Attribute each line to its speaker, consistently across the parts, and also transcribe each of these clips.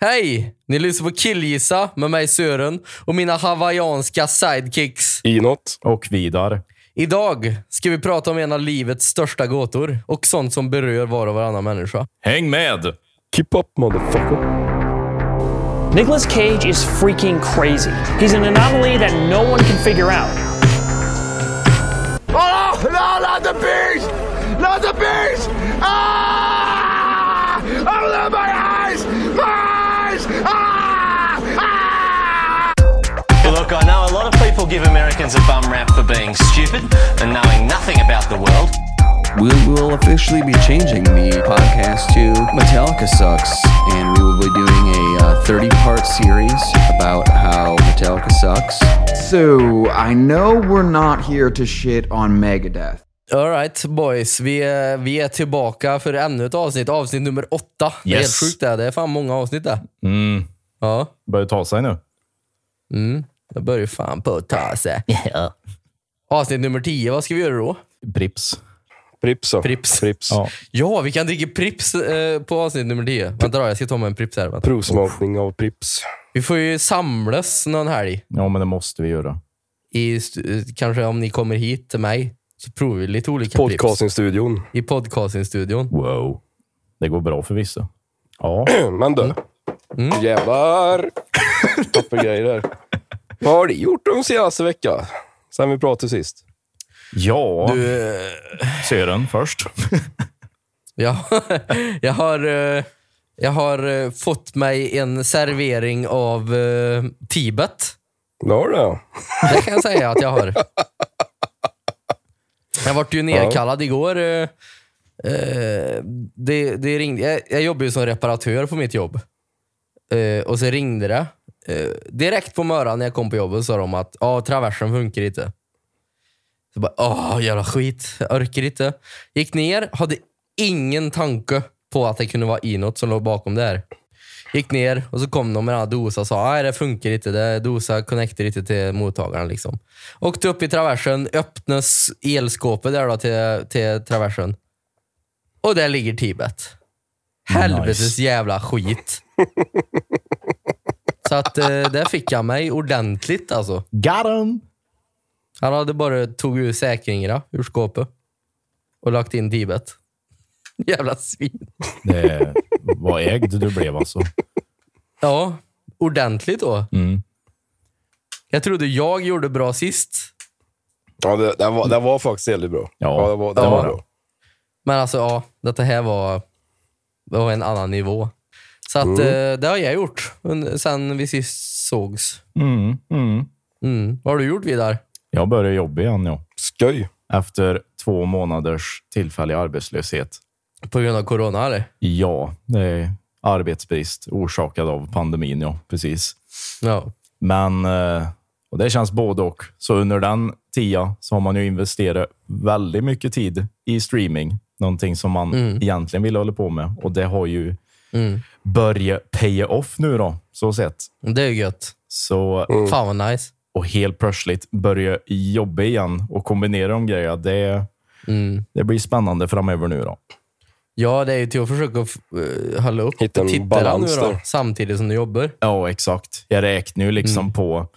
Speaker 1: Hej! Ni lyssnar på Killgissa med mig Sören och mina hawaiianska sidekicks.
Speaker 2: Inåt.
Speaker 3: Och Vidar.
Speaker 1: Idag ska vi prata om en av livets största gåtor och sånt som berör var och varannan människa.
Speaker 4: Häng med!
Speaker 2: Keep up motherfucker.
Speaker 5: Nicolas Cage is freaking crazy. He's an anomaly that no one can figure out.
Speaker 6: Oh, no, not the bees! Not the bees! Ah! Oh, no, my eyes! My eyes! Ah! Ah!
Speaker 7: Well, Look, I know a lot of people give Americans a bum rap for being stupid and knowing nothing about the world.
Speaker 8: We will officially be changing the podcast to Metallica Sucks, and we will be doing a 30 part series about how Metallica sucks.
Speaker 9: So, I know we're not here to shit on Megadeth.
Speaker 1: Alright boys, vi är, vi är tillbaka för ännu ett avsnitt. Avsnitt nummer åtta. Det är helt
Speaker 4: Yes.
Speaker 1: sjukt det här. Det är fan många avsnitt det.
Speaker 3: Mm.
Speaker 1: Ja,
Speaker 3: Börjar ta sig nu.
Speaker 1: det börjar fan på att ta sig. Avsnitt nummer tio, vad ska vi göra då?
Speaker 3: Brips.
Speaker 2: Prips. ja.
Speaker 1: Prips.
Speaker 2: Prips.
Speaker 3: Ja.
Speaker 1: Ja, vi kan dricka Prips eh, på avsnitt nummer 10. Vänta då, jag ska ta mig en Prips här. Vänta.
Speaker 2: Provsmakning av Prips.
Speaker 1: Vi får ju samlas någon helg.
Speaker 3: Ja, men det måste vi göra.
Speaker 1: I, st- kanske om ni kommer hit till mig, så provar vi lite olika Prips.
Speaker 2: Podcastingstudion.
Speaker 1: I podcastingstudion.
Speaker 3: Wow. Det går bra för vissa. Ja.
Speaker 2: Mm, Men du. Jävlar. Toppergrejer där. Vad har du gjort de senaste veckan? Sen vi pratade sist.
Speaker 3: Ja.
Speaker 1: Du, eh,
Speaker 3: Sören först.
Speaker 1: jag, jag har, eh, jag har eh, fått mig en servering av eh, Tibet.
Speaker 2: Ja, det har
Speaker 1: Det kan jag säga att jag har. Jag vart ju nedkallad igår. eh, eh, Det, det ringde. Jag, jag jobbar ju som reparatör på mitt jobb. Eh, Och så ringde det. Eh, Direkt på morgonen när jag kom på jobbet sa de att ah, traversen funkar inte. Så bara, åh jävla skit. Jag orkar inte. Gick ner, hade ingen tanke på att det kunde vara inåt som låg bakom det här. Gick ner och så kom de med den här dosa och sa nej det funkar inte. Det dosa connectar inte till mottagaren. Liksom. Åkte upp i traversen, öppnas elskåpet där då till, till traversen. Och där ligger Tibet. Helvetes jävla skit. så att eh, där fick jag mig ordentligt alltså.
Speaker 3: Got him.
Speaker 1: Han hade bara tog ur säkringarna ur skåpet och lagt in Tibet. Jävla svin.
Speaker 3: Det var ägd du blev alltså.
Speaker 1: Ja, ordentligt då.
Speaker 3: Mm.
Speaker 1: Jag trodde jag gjorde bra sist,
Speaker 2: ja, det, det, var, det var faktiskt väldigt bra.
Speaker 3: Ja,
Speaker 2: det var, det
Speaker 1: det var
Speaker 2: var
Speaker 1: det.
Speaker 2: bra.
Speaker 1: men alltså ja, detta här var, det var en annan nivå. Så att,
Speaker 2: Mm.
Speaker 1: eh, det har jag gjort un- sen vi sist sågs.
Speaker 3: Mm. Mm.
Speaker 1: Mm. Vad har du gjort Vidar?
Speaker 3: Jag börjar jobba igen ja.
Speaker 2: Skoj.
Speaker 3: Efter två månaders tillfällig arbetslöshet.
Speaker 1: På grund av corona eller?
Speaker 3: Ja, det är arbetsbrist orsakad av pandemin. Ja, precis.
Speaker 1: Ja.
Speaker 3: Men eh, och det känns både och. Så under den tia så har man ju investerat väldigt mycket tid i streaming. Någonting som man egentligen ville hålla på med. Och det har ju börjat paya off nu då, så sett.
Speaker 1: Det är ju gött.
Speaker 3: Så,
Speaker 2: Mm.
Speaker 1: Fan vad nice.
Speaker 3: och helt plötsligt börja jobba igen och kombinera de grejerna. Det, det blir spännande framöver nu då.
Speaker 1: Ja, det är ju till att försöka uh, hålla upp
Speaker 2: Hitta en
Speaker 1: tittarna
Speaker 2: balans
Speaker 1: nu då,
Speaker 2: där.
Speaker 1: samtidigt som du jobbar.
Speaker 3: Ja, exakt. Jag räknar ju liksom på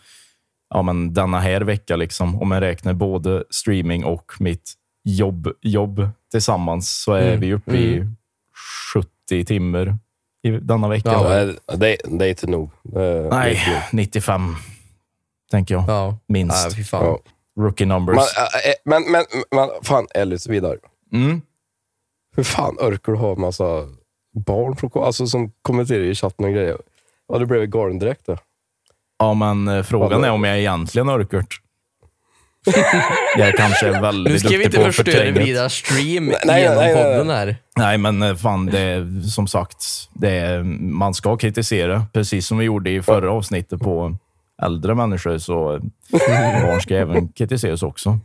Speaker 3: ja, men denna här vecka. Liksom. Om jag räknar både streaming och mitt jobb, jobb tillsammans så är vi uppe i 70 timmar i denna vecka.
Speaker 1: Ja,
Speaker 2: Ja, det, det är inte nog. Eh, Det, Det är
Speaker 3: Nej,
Speaker 2: inte nog.
Speaker 3: 95 tänker jag.
Speaker 1: Ja.
Speaker 3: Minst.
Speaker 1: Nej, fy fan.
Speaker 2: Ja.
Speaker 3: Rookie numbers.
Speaker 2: Man, äh, äh, men, men, men fan, Ellis vidare.
Speaker 3: Mm.
Speaker 2: Hur fan orkar du ha massa barn från, alltså, som kommenterar i chatten och grejer? Ja, det blev galen direkt då.
Speaker 3: Ja, men eh, frågan är om jag egentligen orkar. jag kanske är väldigt
Speaker 1: Nu ska vi
Speaker 3: duktig
Speaker 1: inte
Speaker 3: på att
Speaker 1: förstöra
Speaker 3: förtränga.
Speaker 1: Vidars stream
Speaker 2: nej,
Speaker 1: genom
Speaker 2: nej, nej, nej.
Speaker 1: podden här.
Speaker 3: Nej, men eh, fan, det är, som sagt, det är, man ska kritisera. Precis som vi gjorde i förra avsnittet på äldre människor, så eh, barn ska även kritiseras också.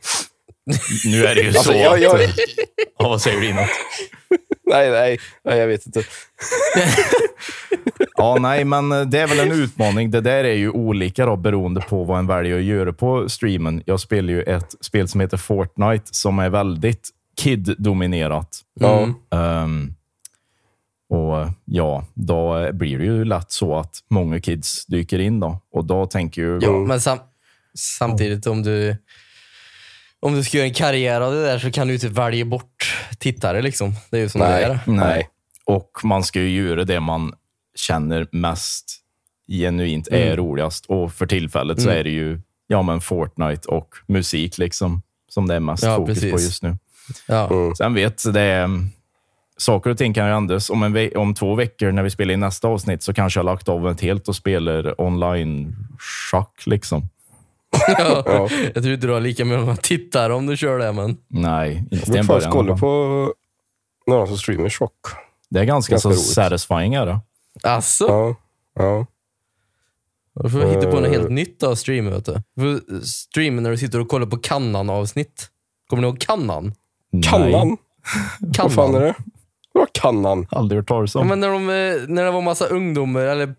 Speaker 3: Nu är det ju så.
Speaker 2: Alltså, jag, jag,
Speaker 3: att, eh, ja, vad säger du inåt?
Speaker 2: nej, nej, nej, jag vet inte.
Speaker 3: Ja, nej, men eh, det är väl en utmaning. Det där är ju olika då, beroende på vad en väljer att göra på streamen. Jag spelar ju ett spel som heter Fortnite som är väldigt kid-dominerat.
Speaker 2: Ja.
Speaker 3: Ehm, Och ja, då blir det ju lätt så att många kids dyker in då. Och då tänker ju...
Speaker 1: Ja,
Speaker 2: Mm.
Speaker 1: men sam samtidigt om du om du ska göra en karriär av det där så kan du ju inte välja bort tittare. liksom. Det är ju som det är.
Speaker 3: Nej. Och man ska ju göra det man känner mest genuint är roligast. Och för tillfället så är det ju ja, men Fortnite och musik liksom som det är mest
Speaker 1: Ja,
Speaker 3: fokus på
Speaker 1: precis.
Speaker 3: just nu.
Speaker 1: Ja.
Speaker 2: Mm.
Speaker 3: Sen vet det är, saker och ting kan ju ändras. Om, en ve- om två veckor när vi spelar in nästa avsnitt så kanske jag har lagt av ett helt och spelar online schack liksom.
Speaker 1: Ja. Jag tror inte du har lika många tittare om du kör det, men
Speaker 3: Nej, inte i
Speaker 2: Jag
Speaker 3: en
Speaker 2: får kolla
Speaker 3: början.
Speaker 2: på någon som streamar chock.
Speaker 3: Det är ganska,
Speaker 2: Ganska
Speaker 3: så
Speaker 2: roligt.
Speaker 3: satisfying är det.
Speaker 1: alltså.
Speaker 2: Ja, ja.
Speaker 1: Då får vi hitta
Speaker 2: Eh.
Speaker 1: på något helt nytt av streamen. Vet du. Du får streama när du sitter och kollar på Kannan-avsnitt. Kommer ni ihåg Kannan?
Speaker 3: Nej,
Speaker 2: Kannan?
Speaker 1: Kannan.
Speaker 2: Vad fan är det? Vadå kannan?
Speaker 3: aldrig hört talas om.
Speaker 1: Ja, men när, de, eh, när det var massa ungdomar eller mm,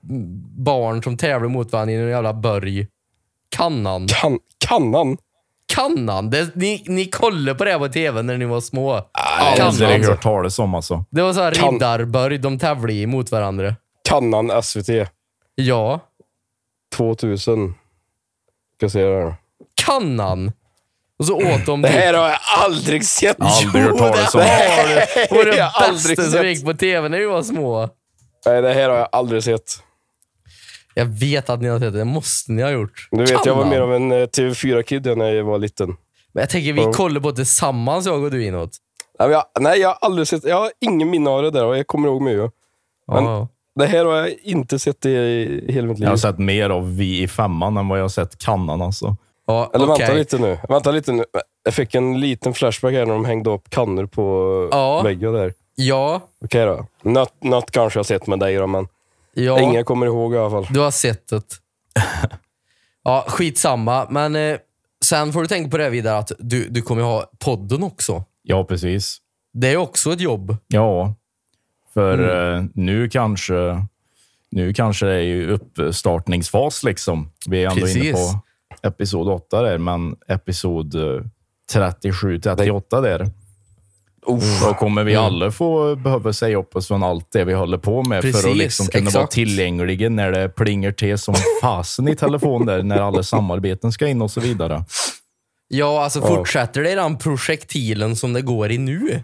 Speaker 1: barn som tävlade mot varandra i en jävla börj. Kannan.
Speaker 2: Kan, kannan?
Speaker 1: Kannan! Det, ni, ni kollade på det här på tv när ni var små.
Speaker 3: Jag har aldrig
Speaker 1: Kannan.
Speaker 3: hört talas om alltså.
Speaker 1: Det var så här
Speaker 2: Kan-
Speaker 1: riddarbörj de tävlade i mot varandra.
Speaker 2: Kannan SVT
Speaker 1: Ja.
Speaker 2: 2000. Ska se här.
Speaker 1: Kannan! Och så åt de
Speaker 2: Det här har jag aldrig sett!
Speaker 3: Aldrig hört talas om.
Speaker 1: typ Det var
Speaker 2: har
Speaker 1: det
Speaker 2: jag aldrig
Speaker 1: bästa som
Speaker 2: sett.
Speaker 1: gick på tv när vi var små.
Speaker 2: Nej, det här har jag aldrig sett.
Speaker 1: Jag vet att ni har sett det. Det måste ni ha gjort.
Speaker 2: Du vet, jag var
Speaker 1: Kannan.
Speaker 2: mer av en eh, TV4-kid när jag var liten.
Speaker 1: Men jag tänker vi
Speaker 2: Ja.
Speaker 1: kollar på det tillsammans, jag och du inåt.
Speaker 2: Nej, men jag, nej, jag har aldrig sett... Jag har ingen minne av det där och jag kommer ihåg mycket. Men-
Speaker 1: Ja.
Speaker 2: Det här har jag inte sett i, i hela mitt liv.
Speaker 3: Jag har sett mer av Vi i femman än vad jag har sett Kannan alltså.
Speaker 1: Ja,
Speaker 2: Eller
Speaker 1: okej.
Speaker 2: vänta lite nu. Vänta lite nu. Jag fick en liten flashback här när de hängde upp kannor på
Speaker 1: Ja.
Speaker 2: väggen där.
Speaker 1: Ja,
Speaker 2: Okej då. Något, något kanske jag har sett med dig då, men
Speaker 1: ja.
Speaker 2: ingen kommer ihåg i alla fall.
Speaker 1: Du har sett det. Ja, skitsamma. Men eh, sen får du tänka på det vidare att du, du kommer ha podden också.
Speaker 3: Ja, precis.
Speaker 1: Det är också ett jobb.
Speaker 3: Ja, för
Speaker 1: Mm.
Speaker 3: eh, nu kanske nu kanske det är ju uppstartningsfas liksom. Vi är ändå inne
Speaker 1: Precis.
Speaker 3: på episod 8 där, men episod 37-38 där. Då kommer vi
Speaker 1: Mm.
Speaker 3: alla få behöva säga upp oss från allt det vi håller på med för att
Speaker 1: Precis,
Speaker 3: liksom kunna vara
Speaker 1: exakt.
Speaker 3: tillgängliga när det plingar till som fasen i telefon där, när alla samarbeten ska in och så vidare.
Speaker 1: Ja, alltså fortsätter det i den projektilen som det går i nu,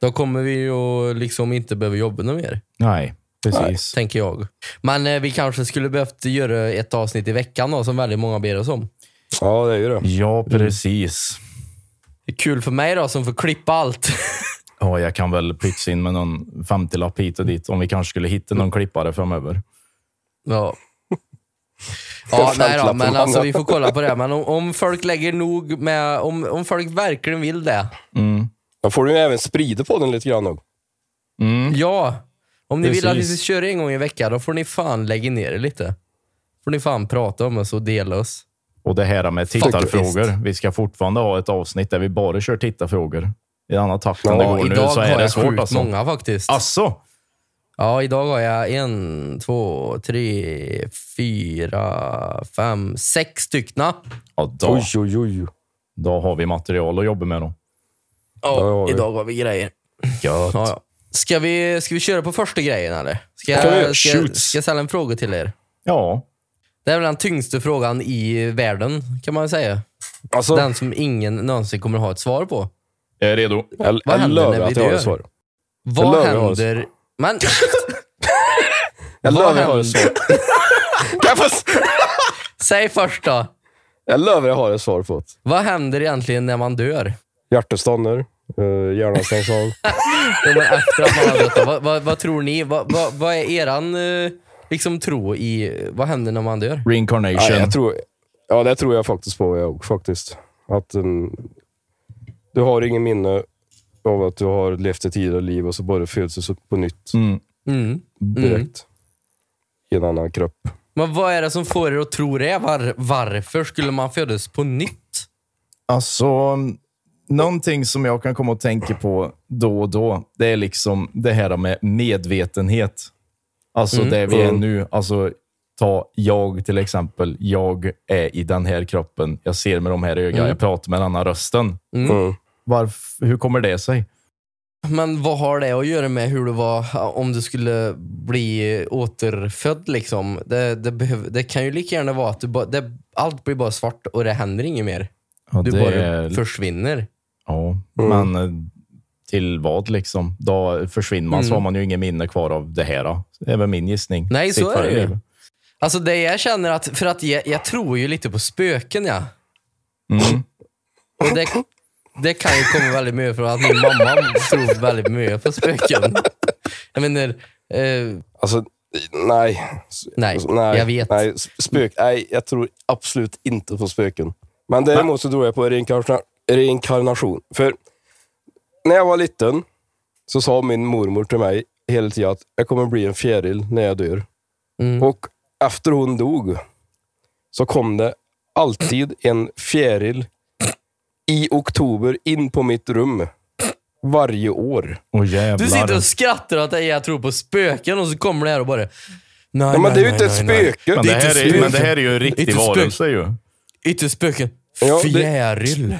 Speaker 1: då kommer vi ju liksom inte behöva jobba något mer,
Speaker 3: Nej, precis.
Speaker 1: tänker jag. Men eh, vi kanske skulle behövt göra ett avsnitt i veckan då, som väldigt många ber oss om.
Speaker 2: Ja, det är ju det.
Speaker 3: Ja, precis.
Speaker 1: Det är kul för mig då, som får klippa allt.
Speaker 3: Ja, jag kan väl pytsa in med någon 50-lapp hit och dit om vi kanske skulle hitta någon klippare framöver.
Speaker 1: Ja. Ja, nej då,
Speaker 2: Femtlappen,
Speaker 1: men
Speaker 2: man.
Speaker 1: alltså vi får kolla på det. Men om, om folk lägger nog med, om, om folk verkligen vill det.
Speaker 2: Då får du ju även sprida på den lite grann nog.
Speaker 1: Ja. Om ni vill att vi
Speaker 3: Mm. Precis.
Speaker 1: ska köra en gång i veckan, då får ni fan lägga ner det lite. får ni fan prata om oss och dela oss.
Speaker 3: Och det här med
Speaker 1: Faktiskt.
Speaker 3: tittarfrågor. Vi ska fortfarande ha ett avsnitt där vi bara kör tittarfrågor. I den här takten det går nu
Speaker 1: idag
Speaker 3: så
Speaker 1: har
Speaker 3: är det
Speaker 1: jag
Speaker 3: svårt
Speaker 1: sjukt
Speaker 3: alltså.
Speaker 1: många faktiskt.
Speaker 3: Asså?
Speaker 1: Ja, idag har jag en, två, tre, fyra, fem, sex styckna.
Speaker 3: Ja, då,
Speaker 2: Oj, oj, oj.
Speaker 3: då har vi material att jobba med då.
Speaker 1: Ja,
Speaker 2: Ja, ja, ja.
Speaker 1: idag har vi grejer.
Speaker 3: Gött.
Speaker 1: Ja, ja. Ska, vi, ska vi köra på första grejen eller? Ska
Speaker 2: kan vi
Speaker 1: jag,
Speaker 2: göra.
Speaker 1: ska, jag-
Speaker 2: Shoot.
Speaker 1: ska jag ställa en fråga till er?
Speaker 3: Ja,
Speaker 1: Det är väl den tyngsta frågan i världen, kan man säga.
Speaker 2: Alltså,
Speaker 1: Den som ingen någonsin kommer ha ett svar på.
Speaker 3: jag är redo.
Speaker 2: jag,
Speaker 1: Vad
Speaker 2: jag
Speaker 1: händer när
Speaker 2: lövar
Speaker 1: vi
Speaker 2: att jag har
Speaker 1: dör?
Speaker 2: ett svar.
Speaker 1: Vad
Speaker 2: lövar jag
Speaker 1: händer... Men,
Speaker 2: Jag
Speaker 1: Vad
Speaker 2: lövar att jag har ett svar.
Speaker 1: händer?
Speaker 2: Kan jag få s-
Speaker 1: Säg först då.
Speaker 2: Jag lövar att jag har ett svar på det.
Speaker 1: Vad händer egentligen när man dör?
Speaker 2: Hjärtat stannar. eh, Hjärnan stängs av.
Speaker 1: Jo, men Efter att man har dött, då, vad, vad, vad tror ni? Vad, vad, vad är eran eh, liksom, tro i... Vad händer när man dör?
Speaker 3: Reincarnation.
Speaker 2: Nej, jag tror, ja, det tror jag faktiskt på. Jag, faktiskt. Att mm, Du har ingen minne av att du har levt ett tidigare liv och så bara föds du så på nytt
Speaker 1: Mm.
Speaker 2: direkt i en annan kropp.
Speaker 1: Men vad är det som får er att tro det? Var, varför skulle man födas på nytt?
Speaker 3: Alltså, någonting som jag kan komma och tänka på då och då, det är liksom det här med medvetenhet. Alltså
Speaker 1: Mm.
Speaker 3: det vi är nu. Alltså, ta jag till exempel. Jag är i den här kroppen. Jag
Speaker 1: Mm.
Speaker 3: ser med de här ögonen. Jag pratar med den här rösten.
Speaker 2: Mm.
Speaker 3: Varf- hur kommer det sig?
Speaker 1: Men vad har det att göra med hur du var om du skulle bli återfödd? Liksom? Det, det, behöv, det kan ju lika gärna vara att du bara- det, allt blir bara svart och det händer inget mer.
Speaker 3: Ja,
Speaker 1: Du
Speaker 3: det
Speaker 1: bara
Speaker 3: är-
Speaker 1: försvinner.
Speaker 3: Ja,
Speaker 1: Mm.
Speaker 3: men eh, till vad liksom? Då försvinner man så har man ju ingen minne kvar av det här. då. Det är väl min gissning.
Speaker 1: Mm. Nej,
Speaker 3: Sitt
Speaker 1: så är det
Speaker 3: förra
Speaker 1: ju.
Speaker 3: liv.
Speaker 1: Alltså det jag känner att, för att jag, jag tror ju lite på spöken ja.
Speaker 3: Mm.
Speaker 1: Och det, det kan ju komma väldigt mycket från att min mamma tror väldigt mycket på spöken. Jag menar, eh,
Speaker 2: Alltså, nej. S-
Speaker 1: Nej,
Speaker 2: alltså,
Speaker 1: jag vet.
Speaker 2: Nej, s- spök, nej, jag tror absolut inte på spöken. Men däremot så tror jag på reinkarna, reinkarnation. För när jag var liten så sa min mormor till mig hela tiden att jag kommer bli en fjäril när jag dör.
Speaker 1: Mm.
Speaker 2: Och efter hon dog så kom det alltid en fjäril i oktober in på mitt rum varje år.
Speaker 3: Åh, jävlar.
Speaker 1: du sitter och skrattar åt att jag tror på spöken och så kommer det här och bara... Nej,
Speaker 2: Ja, men
Speaker 1: nej,
Speaker 2: det är ju
Speaker 1: nej,
Speaker 2: inte ett
Speaker 1: nej, nej.
Speaker 2: spöke.
Speaker 3: men, det
Speaker 1: inte
Speaker 3: här är,
Speaker 1: spöken.
Speaker 3: men det här är ju en
Speaker 1: Inte
Speaker 3: riktig
Speaker 1: spök.
Speaker 3: varelse ju.
Speaker 1: Inte spöken.
Speaker 2: Ja, det-
Speaker 1: Fjäril.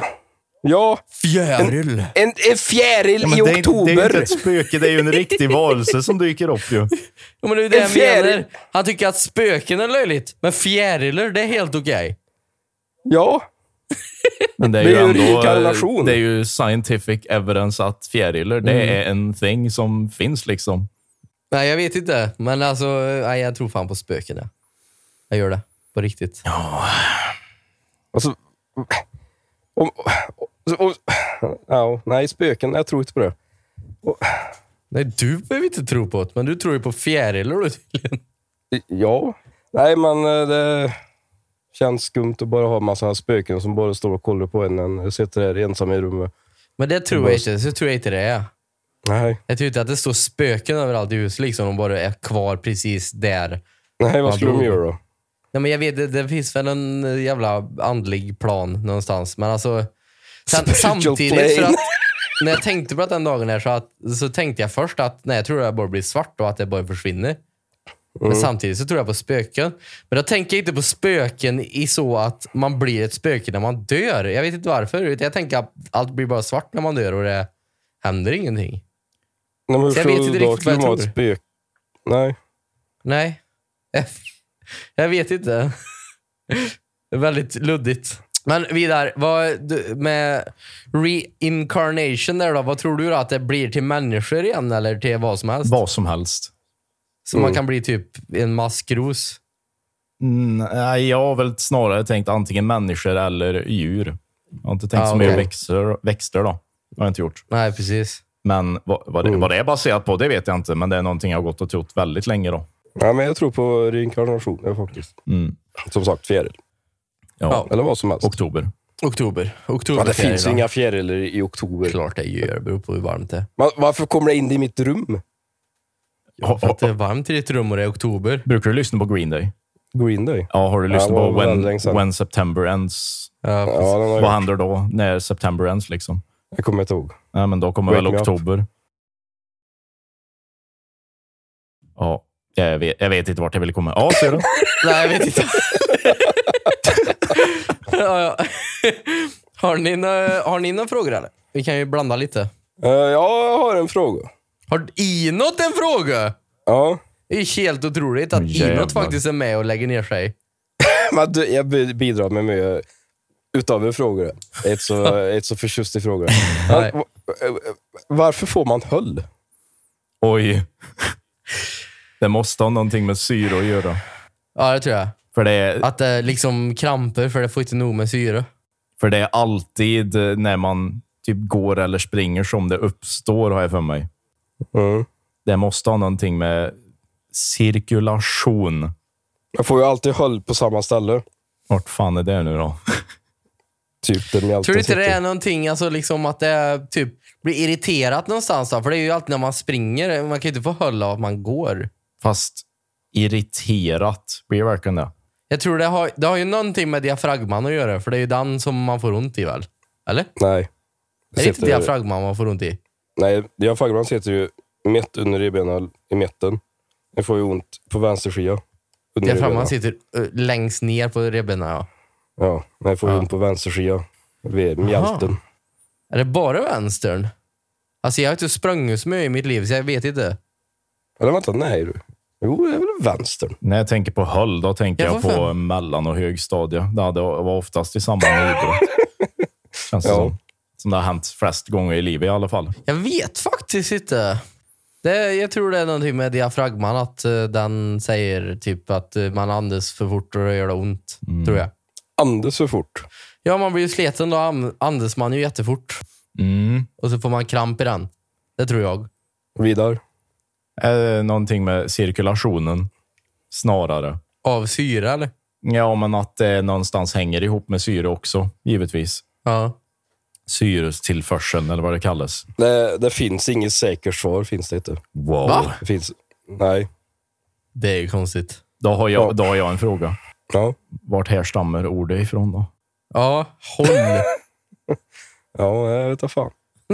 Speaker 2: Ja,
Speaker 1: Fjäril.
Speaker 2: en, en fjäril
Speaker 3: Ja, men
Speaker 2: i
Speaker 3: det, är,
Speaker 2: oktober.
Speaker 3: det är ju inte ett spöke, det är ju en riktig varelse som dyker upp ju.
Speaker 1: Ja, men det är ju det
Speaker 2: En
Speaker 1: jag
Speaker 2: fjäril.
Speaker 1: menar. Han tycker att spöken är löjligt, men fjärilar, det är helt okej.
Speaker 2: Ja,
Speaker 3: Men det är
Speaker 2: Det
Speaker 3: ju
Speaker 2: är ju
Speaker 3: ändå... eh,
Speaker 2: reinkarnation.
Speaker 3: Det är ju scientific evidence att fjärilar, det är en thing som finns liksom.
Speaker 1: Nej, jag vet inte. Men alltså, nej, jag tror fan på spöken. ja. Jag gör det. På riktigt.
Speaker 2: alltså... Om, om, om, ja, nej, spöken. Jag tror inte på det.
Speaker 1: Nej, du behöver inte tro på det, men du tror ju på fjärilar då tydligen.
Speaker 2: Ja. Nej, men eh, det känns skumt att bara ha en massa spöken som bara står och kollar på en när en sitter här ensam i rummet.
Speaker 1: Men det tror jag inte. Så tror jag inte det är.
Speaker 2: Nej,
Speaker 1: Jag tror inte att det står spöken överallt i huset liksom. De bara är kvar precis där.
Speaker 2: nej vad
Speaker 1: Vad
Speaker 2: skulle de
Speaker 1: beror det
Speaker 2: göra då?
Speaker 1: Nej, men jag vet, det, det finns väl en eh, jävla andlig plan någonstans. Men alltså, sen,
Speaker 2: Spiritual
Speaker 1: samtidigt för
Speaker 2: plane.
Speaker 1: att, när jag tänkte på det den dagen här så, att, så tänkte jag först att nej, jag tror att jag bara blir svart och att det bara försvinner.
Speaker 2: Mm.
Speaker 1: Men samtidigt så tror jag på spöken. Men då tänker jag inte på spöken i så att man blir ett spöke när man dör. Jag vet inte varför. utan Jag tänker att allt blir bara svart när man dör och det händer ingenting.
Speaker 2: Nej, men hur
Speaker 1: Så jag
Speaker 2: skulle
Speaker 1: vet inte
Speaker 2: du då
Speaker 1: riktigt vad jag
Speaker 2: kunna vara ett
Speaker 1: tror.
Speaker 2: spöke? Nej.
Speaker 1: Nej. Jag vet inte. Det är Väldigt luddigt. Men Vidar, vad, du- med reincarnation där då, vad tror du då? Att det blir till människor igen eller till vad som helst?
Speaker 3: Vad som helst.
Speaker 1: Så man kan bli typ en maskros?
Speaker 3: Mm, nej, jag har väl snarare tänkt antingen människor eller djur. Jag har inte tänkt
Speaker 1: Ah,
Speaker 3: så
Speaker 1: okej.
Speaker 3: mycket växter, växter då. Det har jag inte gjort.
Speaker 1: Nej, precis.
Speaker 3: Men vad, vad, det, vad det är baserat på, det vet jag inte. Men det är någonting jag har gått och trott väldigt länge då.
Speaker 2: Ja, men jag tror på reinkarnation ja, faktiskt.
Speaker 3: Mm.
Speaker 2: Som sagt, fjäril.
Speaker 3: Ja.
Speaker 1: Ja.
Speaker 2: Eller vad som helst.
Speaker 3: Oktober.
Speaker 1: Oktober. Oktober
Speaker 2: ja, det finns ju
Speaker 1: fjärilar.
Speaker 2: inga fjärilar i oktober.
Speaker 1: Klart det gör, beror på hur varmt det är.
Speaker 2: Men varför kommer det in i mitt rum?
Speaker 1: För att det är varmt i ditt rum och det är oktober.
Speaker 3: Brukar du lyssna på Green Day?
Speaker 2: Green Day.
Speaker 3: Ja, har du lyssnat
Speaker 2: det var
Speaker 3: på
Speaker 2: väldigt
Speaker 3: when,
Speaker 2: länge sedan.
Speaker 3: when September Ends?
Speaker 1: Ja, precis.
Speaker 2: Ja, den har
Speaker 3: Vad
Speaker 2: jag,
Speaker 3: händer då? När September Ends liksom?
Speaker 2: jag kommer inte ihåg.
Speaker 3: Nej, men då kommer
Speaker 2: Wake
Speaker 3: väl
Speaker 2: me up.
Speaker 3: oktober. Ja, jag vet, jag vet inte vart jag vill komma. Ja, ser du?
Speaker 1: Nej, jag vet inte. ja, ja. har, ni nå- har ni några frågor eller? Vi kan ju blanda lite.
Speaker 2: Eh, ja, jag har en fråga.
Speaker 1: Har Inot en fråga?
Speaker 2: Ja.
Speaker 1: Det är ju helt otroligt att
Speaker 3: Jävlar.
Speaker 1: Inot faktiskt är med och lägger ner sig.
Speaker 2: Men du, jag bi- bidrar med mycket utöver frågor. Jag är inte så, jag är inte så förtjust i frågor. Men,
Speaker 1: Nej.
Speaker 2: va- eh, varför får man höll?
Speaker 3: Oj. Det måste ha någonting med syre att göra.
Speaker 1: Ja, det tror jag.
Speaker 3: För det är,
Speaker 1: Att det är liksom kramper för det får inte nog med syre.
Speaker 3: för det är alltid eh, när man typ går eller springer som det uppstår, har jag för mig.
Speaker 2: Mm.
Speaker 3: Det måste ha någonting med cirkulation.
Speaker 2: Jag får ju alltid höll på samma ställe.
Speaker 3: Vart fan är det nu då?
Speaker 2: Typ där mjälten
Speaker 1: Tror du inte det
Speaker 2: sitter.
Speaker 1: är någonting, alltså liksom att det är, typ blir irriterat någonstans då? För det är ju alltid när man springer, man kan ju inte få höll av att man går.
Speaker 3: Fast irriterat blir det verkligen det.
Speaker 1: Jag tror det har, det har ju någonting med diafragman att göra, för det är ju den som man får ont i väl? Eller?
Speaker 2: Nej.
Speaker 1: Är det inte
Speaker 2: sitter-
Speaker 1: diafragman man får ont i?
Speaker 2: Nej, diafragman sitter ju mitt under ribben i mitten. Det får ju ont på vänster skia. Under
Speaker 1: Diafragman
Speaker 2: ribbenan.
Speaker 1: sitter ö, längst ner på ribben. Ja.
Speaker 2: Ja, det får ju ont på vänster skia. Vid mjälten.
Speaker 1: Är det bara vänstern? Alltså jag har inte sprungit så mycket i mitt liv, så jag vet inte.
Speaker 2: Eller vänta, nej du. Jo, det är väl vänstern.
Speaker 3: När jag tänker på höll, då tänker
Speaker 1: Ja,
Speaker 3: jag
Speaker 1: vad
Speaker 3: på
Speaker 1: fan.
Speaker 3: mellan och högstadie. Ja, det var oftast i samband med idrott. Känns det
Speaker 2: Ja.
Speaker 3: som. Som det har hänt flest gånger i livet i alla fall.
Speaker 1: Jag vet faktiskt inte. Det, jag tror det är någonting med diafragman, att eh, den säger typ att eh, man andas för fort och det gör det ont.
Speaker 3: Mm.
Speaker 1: Tror jag.
Speaker 2: Andes för fort.
Speaker 1: Ja, man blir ju sliten då am- andas man ju jättefort.
Speaker 3: Mm.
Speaker 1: Och så får man kramp i den. Det tror jag.
Speaker 2: Vidare.
Speaker 3: Eh, någonting med cirkulationen snarare.
Speaker 1: Av syra eller?
Speaker 3: Ja, men att det någonstans hänger ihop med syre också, givetvis.
Speaker 1: Ja.
Speaker 3: Syrestillförseln, eller vad det kallas.
Speaker 2: Det, det finns inget säkert svar, finns det inte.
Speaker 3: Wow.
Speaker 1: Va?
Speaker 2: Det finns... Nej.
Speaker 1: Det är ju konstigt.
Speaker 3: Då har, jag, då har jag en fråga.
Speaker 2: Ja.
Speaker 3: Vart härstammar ordet ifrån då?
Speaker 1: Ja, håll.
Speaker 2: Ja, jag vet inte fan.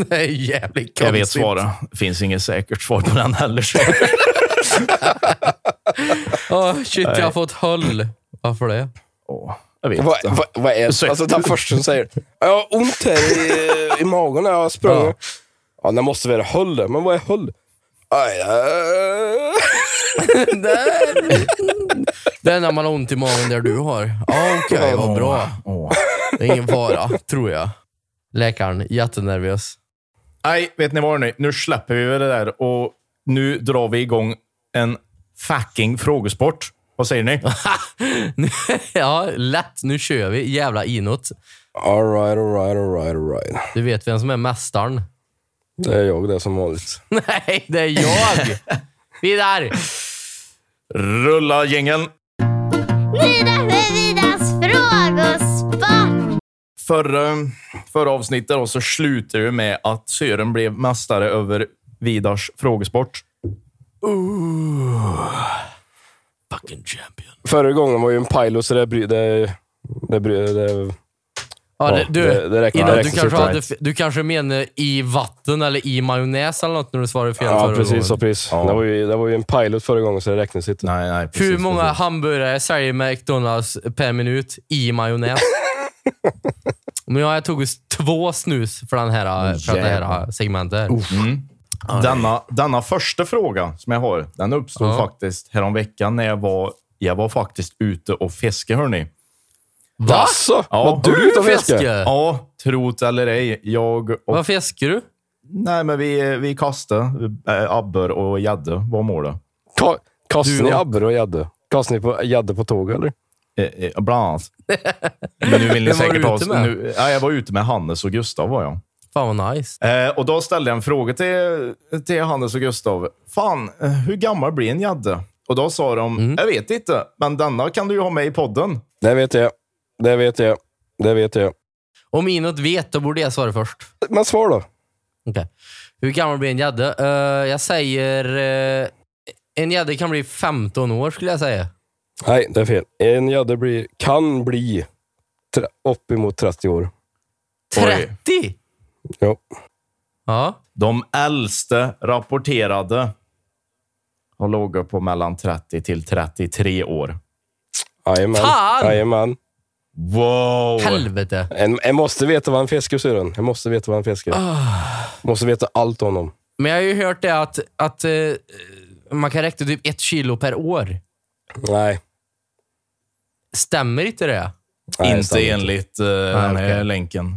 Speaker 1: det är jävligt konstigt.
Speaker 3: Jag vet svaret. finns inget säkert svar på den heller. så.
Speaker 1: Åh, shit, jag har fått höll. Varför det?
Speaker 3: Åh, jag vet
Speaker 2: Vad
Speaker 3: inte.
Speaker 2: va, vad är det?
Speaker 3: Ursäkta.
Speaker 2: Alltså den första som säger jag har ont här i, i magen när jag sprang. Ja.
Speaker 1: Ja.
Speaker 2: ja, det måste vara höll det. Men vad är höll? Aj, äh.
Speaker 1: Där. Det är när man har ont i magen där du har. Ja, okej, vad bra.
Speaker 3: Åh.
Speaker 1: Det är ingen fara, tror jag. Läkaren, jättenervös.
Speaker 3: Nej, vet ni vad nu? Nu släpper vi väl det där och nu drar vi igång en fucking frågesport. Vad säger ni?
Speaker 1: ja, lätt. Nu kör vi. Jävla inåt.
Speaker 2: Alright, alright, alright, alright.
Speaker 1: Du vet vem som är mästaren.
Speaker 2: Det är jag det som vanligt.
Speaker 1: Nej, det är jag! Vidar!
Speaker 3: Rulla gängen!
Speaker 4: Vidare med Vidas frågesport.
Speaker 3: Förra, förra avsnittet då, så slutade vi med att Sören blev mästare över Vidars frågesport.
Speaker 1: Fucking champion.
Speaker 2: Förra gången var ju en pilot, så det bry... Det, det, bry, det,
Speaker 1: Ja, det, du,
Speaker 2: det- det räknar-
Speaker 1: innan,
Speaker 2: det
Speaker 1: du,
Speaker 2: räknas
Speaker 1: kanske
Speaker 2: upp,
Speaker 1: hade,
Speaker 2: right.
Speaker 1: f- du kanske menar i vatten eller i majonnäs eller något när du svarade fel
Speaker 2: ja,
Speaker 1: förra
Speaker 2: precis. Så,
Speaker 1: gången.
Speaker 2: precis.
Speaker 3: Ja.
Speaker 2: Det, var ju, det var ju en pilot förra gången, så det räknas inte.
Speaker 3: Nej, nej, precis,
Speaker 1: Hur många
Speaker 3: precis.
Speaker 1: hamburgare säljer McDonalds per minut i majonnäs? Men ja, jag tog just två snus för, den här, för det här segmentet.
Speaker 3: Denna, denna första fråga som jag har, den uppstod
Speaker 1: Ja.
Speaker 3: faktiskt häromveckan när jag var, jag var faktiskt ute och fiskade, hörni.
Speaker 1: Va?
Speaker 2: Asså,
Speaker 3: Ja.
Speaker 2: Var du ute och fiskade?
Speaker 1: Fiske?
Speaker 3: Ja, trot eller ej. Jag och...
Speaker 1: Vad fiskar du?
Speaker 3: Nej, men vi, vi kastade eh, abborre och gädda var målet.
Speaker 2: Ka-
Speaker 1: Du
Speaker 2: Kastade ni
Speaker 1: då?
Speaker 2: abborre och gädda? Kastade ni på gädda på tåg eller?
Speaker 3: Eh, eh, bland annat. Men nu vill ni
Speaker 1: Vem var
Speaker 3: säkert
Speaker 1: du
Speaker 3: ha
Speaker 1: ute
Speaker 3: oss...
Speaker 1: med?
Speaker 3: Nu, ja, jag var ute med Hannes och Gustav var jag.
Speaker 1: Fan vad nice.
Speaker 3: Eh, och då ställde jag en fråga till, till Hannes och Gustav. Fan, eh, hur gammal blir en gädda? Och då sa de,
Speaker 1: Mm.
Speaker 3: jag vet inte, men denna kan du ju ha med i podden.
Speaker 2: Det vet jag. Det vet jag. Det vet jag.
Speaker 1: Om inåt vet, då borde jag svara först.
Speaker 2: Men svar då.
Speaker 1: Okej. Hur gammal blir en gädda? Eh, jag säger... eh, en gädda kan bli 15 år skulle jag säga.
Speaker 2: Nej, det är fel. En gädda blir- kan bli tre, uppemot 30 år.
Speaker 1: 30!
Speaker 2: Ja.
Speaker 1: Ja.
Speaker 3: De äldste rapporterade har legat på mellan 30 till 33 år.
Speaker 2: Jajamän.
Speaker 1: Fan!
Speaker 2: Jajamän.
Speaker 3: Wow!
Speaker 1: Helvete.
Speaker 2: En- Jag måste veta vad han fiskar, syrran. Jag måste veta vad han fiskar. Måste veta allt om honom.
Speaker 1: Men jag har ju hört det att, att eh, man kan räkna typ ett kilo per år.
Speaker 2: Nej.
Speaker 1: Stämmer inte det?
Speaker 2: Nej det
Speaker 3: inte
Speaker 2: stämmer
Speaker 3: enligt eh, den här
Speaker 1: okej.
Speaker 3: länken.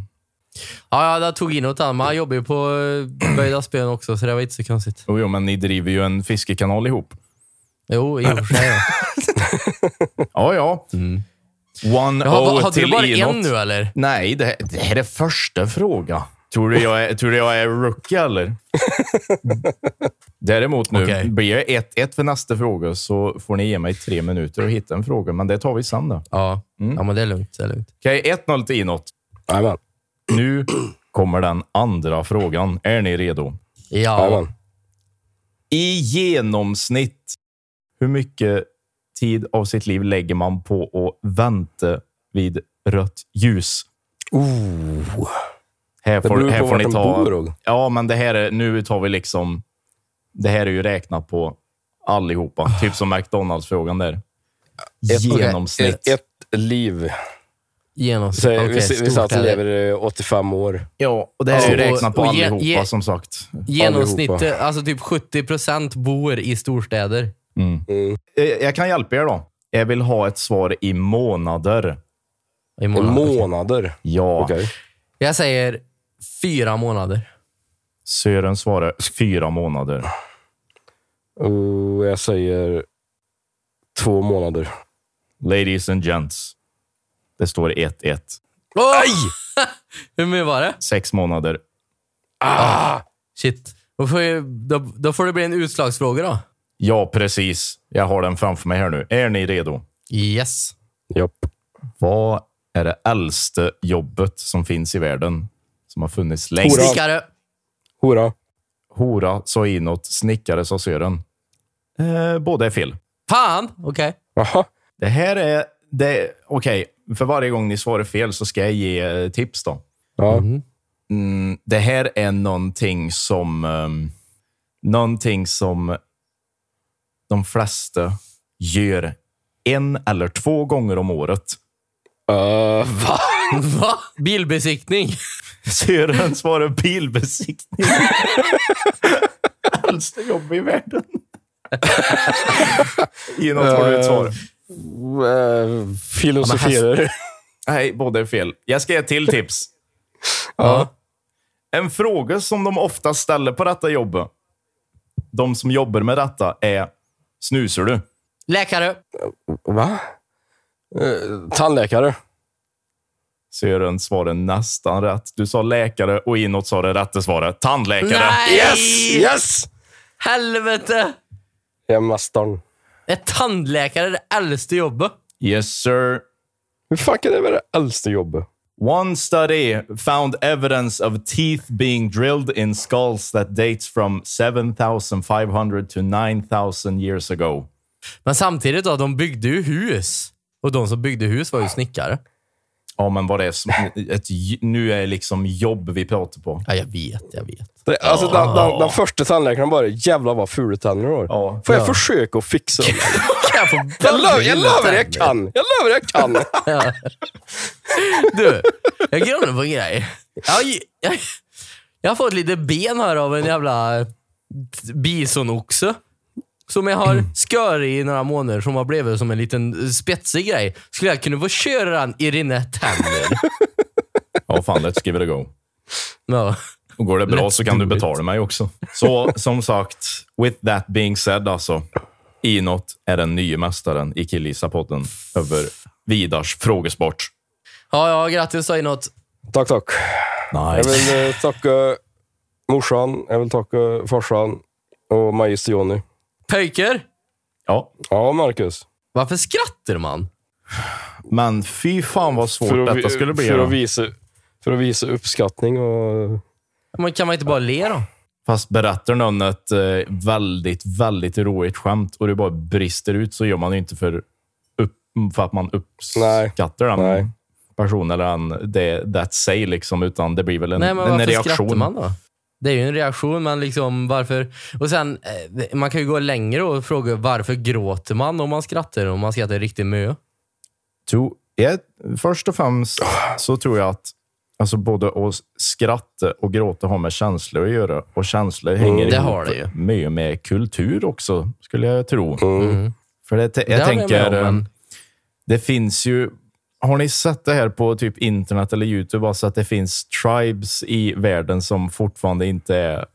Speaker 1: Ja, ja, det tog inåt han, men han jobbar ju på eh, böjda spön också, så det var inte så konstigt.
Speaker 3: Jo, jo, men ni driver ju en fiskekanal ihop.
Speaker 1: Jo, i och för sig. ja.
Speaker 3: Ja, ja. One
Speaker 1: Jaha,
Speaker 3: O
Speaker 1: vad- hade
Speaker 3: till
Speaker 1: du bara
Speaker 3: inåt.
Speaker 1: en nu eller?
Speaker 3: Nej, det, det här är första fråga. Tror du jag är, tror du jag är rookie eller? Däremot nu,
Speaker 1: Okej.
Speaker 3: blir jag 1-1 för nästa fråga så får ni ge mig tre minuter att hitta en fråga, men det tar vi sen då.
Speaker 1: Ja.
Speaker 2: Mm.
Speaker 1: ja, men det är lugnt. Det är lugnt.
Speaker 3: Okej, 1-0 till inåt.
Speaker 2: Jajamän.
Speaker 3: Nu kommer den andra frågan. Är ni redo?
Speaker 1: Ja.
Speaker 2: Jajamän.
Speaker 3: I genomsnitt, hur mycket tid av sitt liv lägger man på att vänta vid rött ljus? Här
Speaker 2: Det
Speaker 3: får,
Speaker 2: beror
Speaker 3: här
Speaker 2: på
Speaker 3: får
Speaker 2: vart
Speaker 3: ni
Speaker 2: de
Speaker 3: ta...
Speaker 2: bor. och-
Speaker 3: Ja, men det här är, nu tar vi liksom... Det här är ju räknat på allihopa.
Speaker 2: Ah.
Speaker 3: Typ som McDonalds-frågan där.
Speaker 2: E- Ett-
Speaker 3: Genomsnitt.
Speaker 2: Ett, ett liv.
Speaker 1: Genomsnitt.
Speaker 2: Så, eh,
Speaker 1: Okej,
Speaker 2: vi, vi
Speaker 1: stort
Speaker 2: sa att han
Speaker 1: är det.
Speaker 2: lever eh, 85 år.
Speaker 3: Ja, och det här är ju
Speaker 1: Ja, och-
Speaker 3: räknat på
Speaker 1: och ge-
Speaker 3: allihopa
Speaker 1: ge-
Speaker 3: som sagt.
Speaker 1: Genomsnittet, alltså typ 70% bor i storstäder.
Speaker 3: Eh, Jag kan hjälpa er då. Jag vill ha ett svar i månader.
Speaker 1: I månader.
Speaker 2: Månader.
Speaker 3: Ja.
Speaker 2: Okej.
Speaker 1: Jag säger fyra månader.
Speaker 3: Sören svarar fyra månader.
Speaker 2: Och jag säger två månader.
Speaker 3: Ladies and gents. Det står 1-1.
Speaker 1: Oj! Hur mycket var det?
Speaker 3: Sex månader.
Speaker 1: Shit. Då får, jag, då, då får det bli en utslagsfråga då.
Speaker 3: Ja, precis. Jag har den framför mig här nu. Är ni redo?
Speaker 1: Yes.
Speaker 2: Japp.
Speaker 3: Vad är det äldste jobbet som finns i världen? Som har funnits längst?
Speaker 2: Hora.
Speaker 1: Stickare.
Speaker 2: Hurra.
Speaker 3: Hora sa inåt, snickare sa Sören. Eh, båda är fel.
Speaker 1: Fan! Okej.
Speaker 2: Jaha.
Speaker 3: Det här är... det- Okej, för varje gång ni svarar fel så ska jag ge eh, tips då.
Speaker 2: Ja.
Speaker 3: Mm, det här är någonting som... Um, någonting som de flesta gör en eller två gånger om året.
Speaker 2: Eh, va?
Speaker 1: Va? Bilbesiktning?
Speaker 3: Sören svarar bilbesiktning. Äldsta jobb i världen. Innan tar du ett svar.
Speaker 2: Eh, filosoferer.
Speaker 3: Nej, båda är fel. Jag ska ge ett till tips.
Speaker 1: Ja.
Speaker 3: En fråga som de ofta ställer på detta jobbet, de som jobbar med detta, är snusar du?
Speaker 1: Läkare.
Speaker 2: Va? Eh, tandläkare.
Speaker 3: Sören svarade nästan rätt. Du sa läkare och inåt sa det rätta svaret. Tandläkare.
Speaker 1: Nej!
Speaker 2: Yes!
Speaker 1: Helvete!
Speaker 2: Jag är mästaren.
Speaker 1: Är tandläkare det äldsta jobbet?
Speaker 3: Yes sir.
Speaker 2: Hur fan kan det vara det äldsta jobbet?
Speaker 3: One study found evidence of teeth being drilled in skulls that dates from 7500 to 9000 years ago.
Speaker 1: Men samtidigt då, de byggde ju hus. Och de som byggde hus var ju snickare.
Speaker 3: Ja, men vad det är som, ett, j- nu är det liksom jobb vi pratar på.
Speaker 1: Ja, jag vet, jag vet.
Speaker 2: Det, alltså, den, den, den första tandläkaren bara, jävlar vad fula tänder du har.
Speaker 3: Ja.
Speaker 2: Får jag försöka att fixa dem?
Speaker 1: Kan jag få
Speaker 2: Jag lovar, jag
Speaker 1: bilden
Speaker 2: lovar,
Speaker 1: sen?
Speaker 2: jag kan. Jag lovar, jag kan.
Speaker 1: Du, jag grunnar på en grej. Jag, jag, jag har fått lite ben här av en jävla bisonoxe. Som jag har skör i några månader som har blivit som en liten spetsig grej. Skulle jag kunna få köra den i dina tänder?
Speaker 3: Ja, fan, let's give it a go.
Speaker 1: Ja.
Speaker 3: Och går det bra så kan
Speaker 1: do
Speaker 3: du
Speaker 1: it.
Speaker 3: betala mig också. Så som sagt, with that being said alltså. Inåt är den nye mästaren i Killgissarpodden över Vidars frågesport.
Speaker 1: Ja, ja, grattis sa något.
Speaker 2: Tack, tack. Jag
Speaker 3: Nice.
Speaker 2: vill eh, tacka morsan, jag vill tacka farsan och magister Johnny.
Speaker 1: Pöjker,
Speaker 3: Ja,
Speaker 2: Ja, Marcus.
Speaker 1: varför skrattar man?
Speaker 3: men fy fan vad svårt
Speaker 2: att
Speaker 3: detta
Speaker 2: vi-
Speaker 3: skulle bli.
Speaker 2: För
Speaker 3: då.
Speaker 2: att, visa, för att visa uppskattning och...
Speaker 1: Man kan man inte bara le då?
Speaker 3: Fast berättar någon ett eh, väldigt, väldigt roligt skämt och det bara brister ut så gör man det inte för, upp, för att man uppskattar den
Speaker 2: Nej.
Speaker 3: personen eller den, det, that say liksom, utan det blir väl en,
Speaker 1: Nej, men
Speaker 3: en
Speaker 1: varför
Speaker 3: reaktion.
Speaker 1: skrattar man då? Det är ju en reaktion, men liksom varför... Och sen, eh, man kan ju gå längre och fråga varför gråter man om man skrattar? Om man skrattar riktigt mycket.
Speaker 3: Jo, jag, först och främst så tror jag att alltså både att skratta och gråta har med känslor att göra. Och känslor hänger
Speaker 1: Mm. det
Speaker 3: ihop
Speaker 1: har det ju.
Speaker 3: mycket med kultur också, skulle jag tro. För
Speaker 1: Mm.
Speaker 3: det, jag,
Speaker 1: Det håller jag med
Speaker 3: tänker, eh,
Speaker 1: om, men-
Speaker 3: det finns ju... Har ni sett det här på typ internet eller YouTube? Alltså att det finns tribes i världen som fortfarande inte är...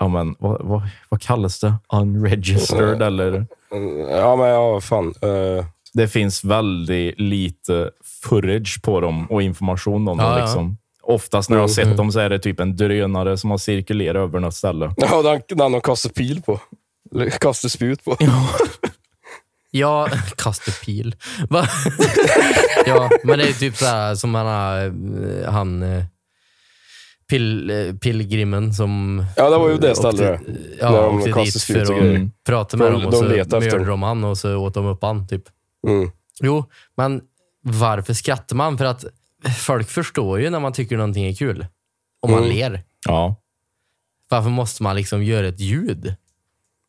Speaker 3: Ja, men, vad, vad, vad kallas det? Unregistered eller?
Speaker 2: Ja, men ja, fan. Eh,
Speaker 3: det finns väldigt lite footage på dem och information om
Speaker 1: Ja,
Speaker 3: dem.
Speaker 1: ja.
Speaker 3: Liksom. Oftast när jag har sett dem så är det typ en drönare som har cirkulerat över något ställe.
Speaker 2: ja, den, den de kastar pil på. Eller kastar spjut på.
Speaker 1: Ja, kastepil. Va? ja, men det är typ så här som han, har, eh, han eh, pil, eh, pilgrimen som...
Speaker 2: Ja, det var ju det stället.
Speaker 1: åkte-
Speaker 2: det.
Speaker 1: Eh, Ja,
Speaker 2: När de
Speaker 1: åkte
Speaker 2: kastade
Speaker 1: dit
Speaker 2: spjut och
Speaker 1: för
Speaker 2: grejer.
Speaker 1: att prata med
Speaker 2: För
Speaker 1: dem och
Speaker 2: de
Speaker 1: så
Speaker 2: letade efter
Speaker 1: mördade
Speaker 2: dem.
Speaker 1: de han och så åt de upp han, typ.
Speaker 2: Mm.
Speaker 1: Jo, men varför skrattar man? För att folk förstår ju när man tycker någonting är kul. Om man
Speaker 2: Mm.
Speaker 1: ler.
Speaker 3: Ja.
Speaker 1: Varför måste man liksom göra ett ljud?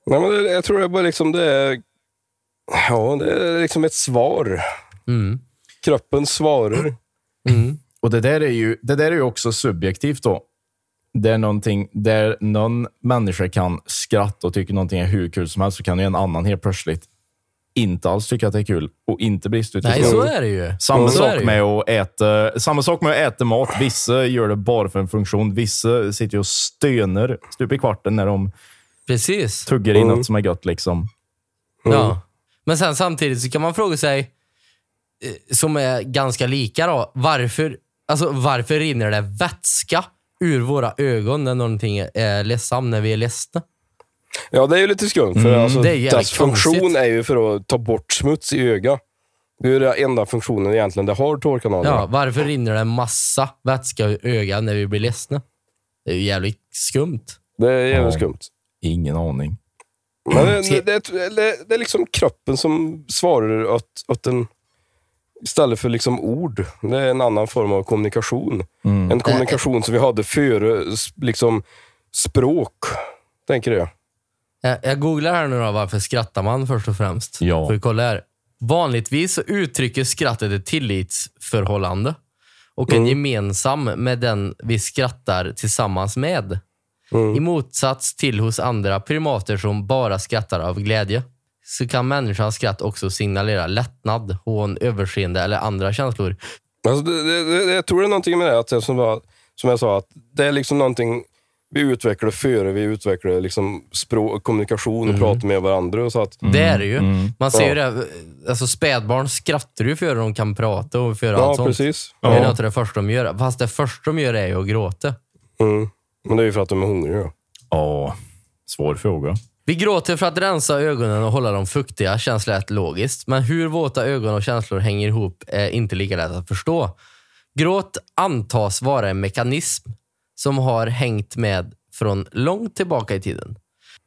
Speaker 2: Nej, men det, jag tror det är bara liksom det är... Ja, det är liksom ett svar. Kroppen svarar.
Speaker 3: Och det där, är ju, det där är ju också subjektivt då. Det är någonting där någon människa kan skratta och tycka någonting är hur kul som helst, så kan ju en annan helt plötsligt inte alls tycka att det är kul och inte bli stöttig.
Speaker 1: Nej, så är det ju.
Speaker 3: Samma
Speaker 1: så är det
Speaker 3: sak,
Speaker 1: ju.
Speaker 3: med att äta, samma sak med att äta mat. Vissa gör det bara för en funktion. Vissa sitter ju och stönar stup i kvarten när de
Speaker 1: Precis.
Speaker 3: tuggar in något som är gött. Liksom.
Speaker 1: Ja. Men sen samtidigt så kan man fråga sig, eh, som är ganska lika då, varför, alltså, varför rinner det vätska ur våra ögon när någonting är- är ledsamt, när vi är ledsna?
Speaker 2: Ja, det är ju lite skumt. För alltså,
Speaker 1: Mm. det är jävligt
Speaker 2: dess funktion
Speaker 1: konstigt.
Speaker 2: är ju för att ta bort smuts i ögat. Det är ju den enda funktionen egentligen det har tårkanalerna.
Speaker 1: Ja, varför rinner det en massa vätska ur ögat när vi blir ledsna? Det är ju jävligt skumt.
Speaker 2: Det är jävligt
Speaker 3: Ja.
Speaker 2: skumt.
Speaker 3: Ingen aning.
Speaker 2: Men det, det, det, det, det är liksom kroppen som svarar åt, åt en... Istället för liksom ord. Det är en annan form av kommunikation.
Speaker 1: Mm.
Speaker 2: En kommunikation som vi hade före s- liksom, språk, tänker jag.
Speaker 1: Jag, jag googlar här nu då, varför skrattar man först och främst?
Speaker 3: Ja.
Speaker 1: Får vi kolla här. Vanligtvis så uttrycker skrattet ett tillitsförhållande och
Speaker 2: Mm.
Speaker 1: en gemensam med den vi skrattar tillsammans med.
Speaker 2: Mm.
Speaker 1: I motsats till hos andra primater som bara skrattar av glädje så kan människans skratt också signalera lättnad, hån, överseende eller andra känslor.
Speaker 2: Alltså, det, det, det, jag tror det är någonting med det, att det som, var, som jag sa, att det är liksom någonting vi utvecklade före vi utvecklade liksom språk, kommunikation
Speaker 1: Mhm.
Speaker 2: och pratade med varandra. Och så att,
Speaker 1: Det är det ju. Man ser ju
Speaker 2: Mm, Ja.
Speaker 1: det. Alltså spädbarn skrattar ju före de kan prata och före
Speaker 2: ja,
Speaker 1: allt sånt.
Speaker 2: precis.
Speaker 1: Det är
Speaker 3: Ja.
Speaker 1: något av det första de gör. Fast det första de gör är ju att gråta.
Speaker 2: Mm. Men det är ju för att de är hungriga. ja.
Speaker 3: Ja, svår fråga.
Speaker 1: Vi gråter för att rensa ögonen och hålla dem fuktiga, känns lätt logiskt. Men hur våta ögon och känslor hänger ihop är inte lika lätt att förstå. Gråt antas vara en mekanism som har hängt med från långt tillbaka i tiden.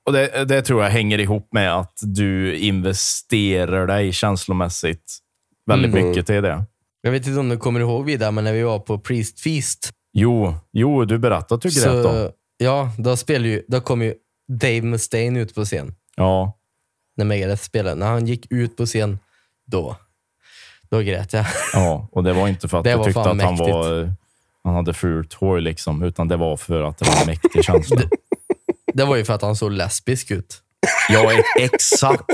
Speaker 3: Och det, det tror jag hänger ihop med att du investerar dig känslomässigt väldigt
Speaker 1: Mm.
Speaker 3: mycket till det.
Speaker 1: Jag vet inte om du kommer ihåg vidare, men när vi var på Priest Feast
Speaker 3: Jo, jo du berättade att du grät då.
Speaker 1: så, ja, då, spelade ju, då kom ju Dave Mustaine ut på scen.
Speaker 3: Ja.
Speaker 1: När Megadeth spelade. När han gick ut på scen, då, då grät jag.
Speaker 3: ja, och det var inte för att
Speaker 1: Det
Speaker 3: du
Speaker 1: var
Speaker 3: tyckte
Speaker 1: fan
Speaker 3: att han,
Speaker 1: mäktigt.
Speaker 3: var, eh, han hade fult hår, liksom, utan det var för att det var en mäktig känsla.
Speaker 1: Det var ju för att han såg lesbisk ut.
Speaker 3: ja, e- exakt.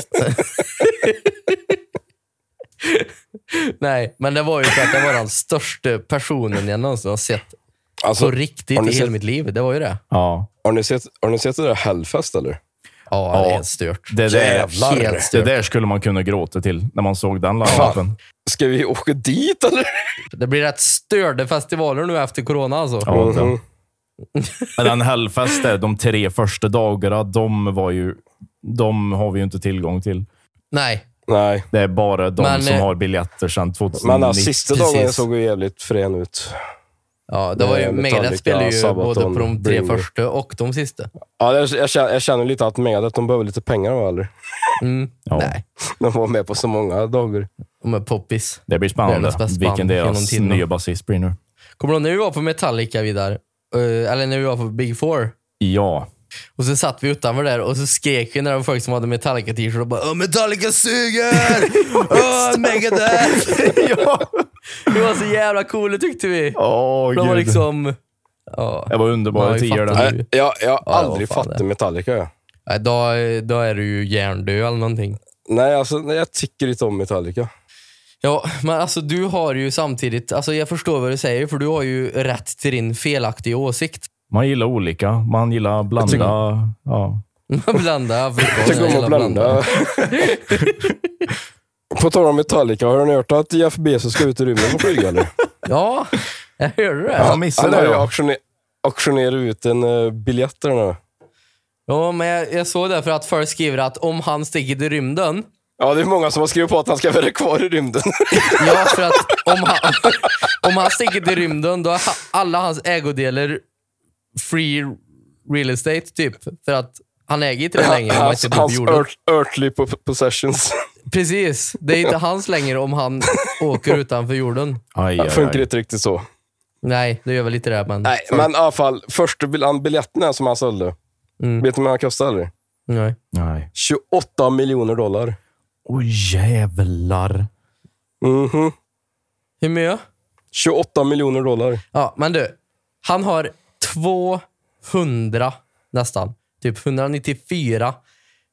Speaker 1: Nej, men det var ju för att det var den största personen jag någonsin har sett
Speaker 2: Alltså,
Speaker 1: på riktigt
Speaker 2: har
Speaker 1: i
Speaker 2: ni
Speaker 1: hela
Speaker 2: sett-
Speaker 1: mitt liv. Det var ju det.
Speaker 3: Ja,
Speaker 2: Har ni sett, har ni sett det där Hellfest eller?
Speaker 1: Ja, det är
Speaker 3: Ja.
Speaker 1: helt stört.
Speaker 3: det där,
Speaker 2: Jävlar.
Speaker 1: Helt
Speaker 3: det
Speaker 1: stört.
Speaker 3: där skulle man kunna gråta till när man såg den live-upen.
Speaker 2: Ska vi åka dit eller?
Speaker 1: Det blir rätt störda festivaler nu efter corona alltså.
Speaker 3: Ja,
Speaker 2: Mm.
Speaker 3: det. Men den Hellfest, där, de tre första dagarna, de, var ju, de har vi ju inte tillgång till.
Speaker 1: Nej,
Speaker 2: Nej,
Speaker 3: Det är bara de
Speaker 1: Men,
Speaker 3: som
Speaker 1: eh,
Speaker 3: har biljetter sedan
Speaker 2: men alltså,
Speaker 3: 2019.
Speaker 2: den sista
Speaker 1: precis.
Speaker 2: dagen såg ju jävligt frän ut.
Speaker 1: ja, det var ju,
Speaker 2: Nej,
Speaker 1: Megadeth
Speaker 2: Metallica,
Speaker 1: spelade ju
Speaker 2: Sabaton,
Speaker 1: både på de tre
Speaker 2: Bring It.
Speaker 1: första och de sista.
Speaker 2: Ja, jag, jag, känner, jag känner lite att med att de behöver lite pengar va, eller?
Speaker 3: ja,
Speaker 1: Nej,
Speaker 2: De var med på så många dagar.
Speaker 1: de är poppis.
Speaker 3: Det blir
Speaker 1: Det
Speaker 3: spännande.
Speaker 1: är deras bästa
Speaker 3: Vilken
Speaker 1: band genom
Speaker 3: deras
Speaker 1: tiderna.
Speaker 3: nya basist blir nu.
Speaker 1: Kommer du ihåg när vi var på Metallica vidare? Eh, eller när vi var på Big Four?
Speaker 3: Ja.
Speaker 1: Och så satt vi utanför där och så skrek vi när det var folk som hade Metallica-t-shirt och bara "Åh, “Metallica suger! Åh, Megadeth!”
Speaker 3: ja.
Speaker 1: Det var så jävla coolt tyckte vi.
Speaker 3: Åh,
Speaker 1: De var
Speaker 3: gud.
Speaker 1: liksom... Ja.
Speaker 3: Det var underbara
Speaker 1: Ja, vi
Speaker 3: tider.
Speaker 1: fattar.
Speaker 3: där.
Speaker 2: Nej, jag, jag har
Speaker 1: Ja,
Speaker 2: aldrig
Speaker 1: vad fan
Speaker 2: fattat
Speaker 1: det.
Speaker 2: Metallica. jag.
Speaker 1: Nej, Då, då är du ju hjärndöd eller någonting.
Speaker 2: Nej, alltså, nej, jag tycker inte om Metallica.
Speaker 1: Ja, men alltså du har ju samtidigt, alltså jag förstår vad du säger, för du har ju rätt till din felaktiga åsikt.
Speaker 3: Man gillar olika. Man gillar blanda. Ja.
Speaker 1: blanda,
Speaker 2: Jag tycker om att blanda. på tal om Metallica, har ni hört att Jeff Bezos ska ut i rymden och flyga eller?
Speaker 1: Ja, jag hörde det.
Speaker 3: Jag
Speaker 1: Ja.
Speaker 3: missade
Speaker 2: Han har
Speaker 3: det.
Speaker 2: ju
Speaker 3: Ja.
Speaker 2: auktione- auktionerat ut en uh, biljett där nu.
Speaker 1: men jag, jag såg det för att folk skriver att om han sticker till rymden,
Speaker 2: Ja, det är många som har skrivit på att han ska vara kvar i rymden.
Speaker 1: ja för att om han, om han sticker till rymden då är ha- alla hans ägodelar free real estate typ. För att han äger inte det längre. om han
Speaker 2: hans
Speaker 1: inte bor på
Speaker 2: hans
Speaker 1: jorden.
Speaker 2: earth, earthly po- possessions.
Speaker 1: Precis. Det är inte hans längre om han åker utanför jorden.
Speaker 3: Aj, aj,
Speaker 2: Funkar
Speaker 3: aj.
Speaker 2: inte riktigt så.
Speaker 1: Nej, det gör väl lite det, men...
Speaker 2: Nej, men i alla fall. Första bil- han- biljetten här som han sålde. Vet ni vad han kostade? eller?
Speaker 1: Nej.
Speaker 3: Nej.
Speaker 2: 28 miljoner dollar.
Speaker 3: Åh jävlar.
Speaker 2: Mhm.
Speaker 1: Hur mycket?
Speaker 2: 28 miljoner dollar.
Speaker 1: Ja, men du. Han har 200, nästan, typ 194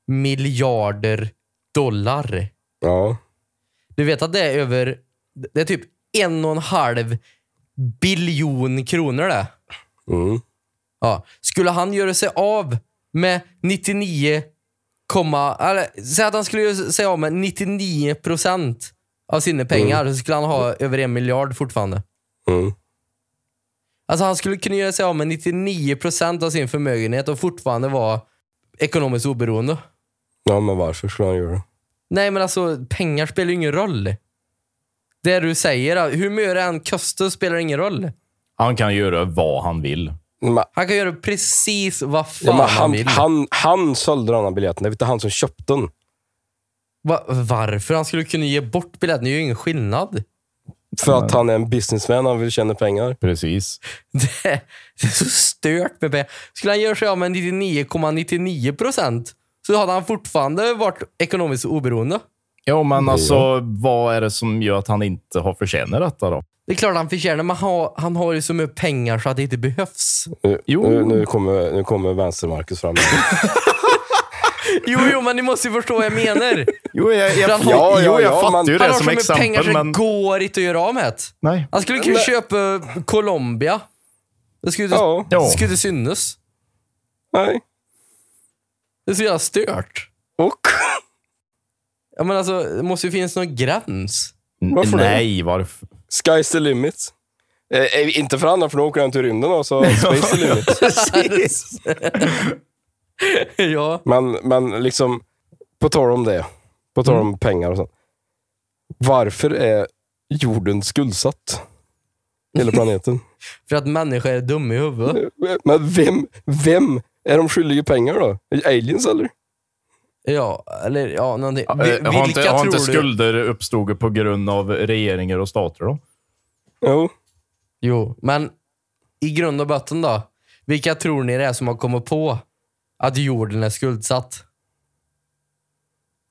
Speaker 1: miljarder dollar.
Speaker 2: Ja.
Speaker 1: Du vet att det är över, det är typ en och en halv biljon kronor det.
Speaker 2: Mm.
Speaker 1: Ja. Skulle han göra sig av med 99, komma, eller säg att han skulle göra sig av med 99 procent av sina pengar så skulle han ha över en miljard fortfarande.
Speaker 2: Mm.
Speaker 1: Alltså han skulle kunna göra sig av med 99 procent av sin förmögenhet och fortfarande vara ekonomiskt oberoende.
Speaker 2: Ja, men varför skulle han göra det?
Speaker 1: Nej, men alltså pengar spelar ju ingen roll. Det du säger, hur mycket det än kostar spelar ingen roll.
Speaker 3: Han kan göra vad han vill.
Speaker 2: Men,
Speaker 1: Han kan göra precis vad fan
Speaker 2: ja, men
Speaker 1: han
Speaker 2: han,
Speaker 1: vill.
Speaker 2: han, han sålde den här biljetten. Det var inte han som köpte den.
Speaker 1: Va, varför han skulle kunna ge bort biljetten är ju ingen skillnad.
Speaker 2: För att han är en businessman. Han vill tjäna pengar.
Speaker 3: Precis.
Speaker 1: Det, det är så stört med pengar. Skulle han göra sig av med 99,99 procent så hade han fortfarande varit ekonomiskt oberoende.
Speaker 3: Jo, men alltså, vad är det som gör att han inte har förtjänat detta då?
Speaker 1: Det är klart han förtjänar, men han, har- han har ju så mycket pengar så att det inte behövs.
Speaker 2: Nu,
Speaker 3: Jo.
Speaker 2: nu, nu kommer, nu kommer vänster-Marcus fram.
Speaker 1: Jo, jo, men ni måste ju förstå vad jag menar.
Speaker 3: Jo, jag,
Speaker 1: För han har-
Speaker 2: ja, ja, man-
Speaker 3: ju
Speaker 1: Han har så mycket pengar så det går inte att göra av med. det.
Speaker 3: Nej.
Speaker 1: Han skulle kunna köpa Colombia. Det skulle,
Speaker 2: Ja.
Speaker 1: det skulle inte synas.
Speaker 2: Nej.
Speaker 1: Det är så jävla stört.
Speaker 2: Och?
Speaker 1: Ja, men alltså, det måste ju finnas någon gräns.
Speaker 2: Varför det?
Speaker 3: Nej, varför?
Speaker 2: Sky's the limit. Eh, eh, inte för andra, för då åker han till rymden. Och så space the limit.
Speaker 1: ja.
Speaker 2: Men, men liksom, på tal om det, på tal om
Speaker 1: Mm.
Speaker 2: pengar och sånt. Varför är jorden skuldsatt? Hela planeten.
Speaker 1: För att människor är dumma i huvudet.
Speaker 2: men vem, vem är de skyldiga pengar då? Aliens eller?
Speaker 1: Ja, eller ja, någonting. Vi,
Speaker 3: Eh, Har inte,
Speaker 1: vilka
Speaker 3: har
Speaker 1: tror
Speaker 3: inte
Speaker 1: du?
Speaker 3: skulder uppstått på grund av regeringar och stater då?
Speaker 2: Jo.
Speaker 1: Jo, men i grund och botten då. Vilka tror ni det är som har kommit på att jorden är skuldsatt?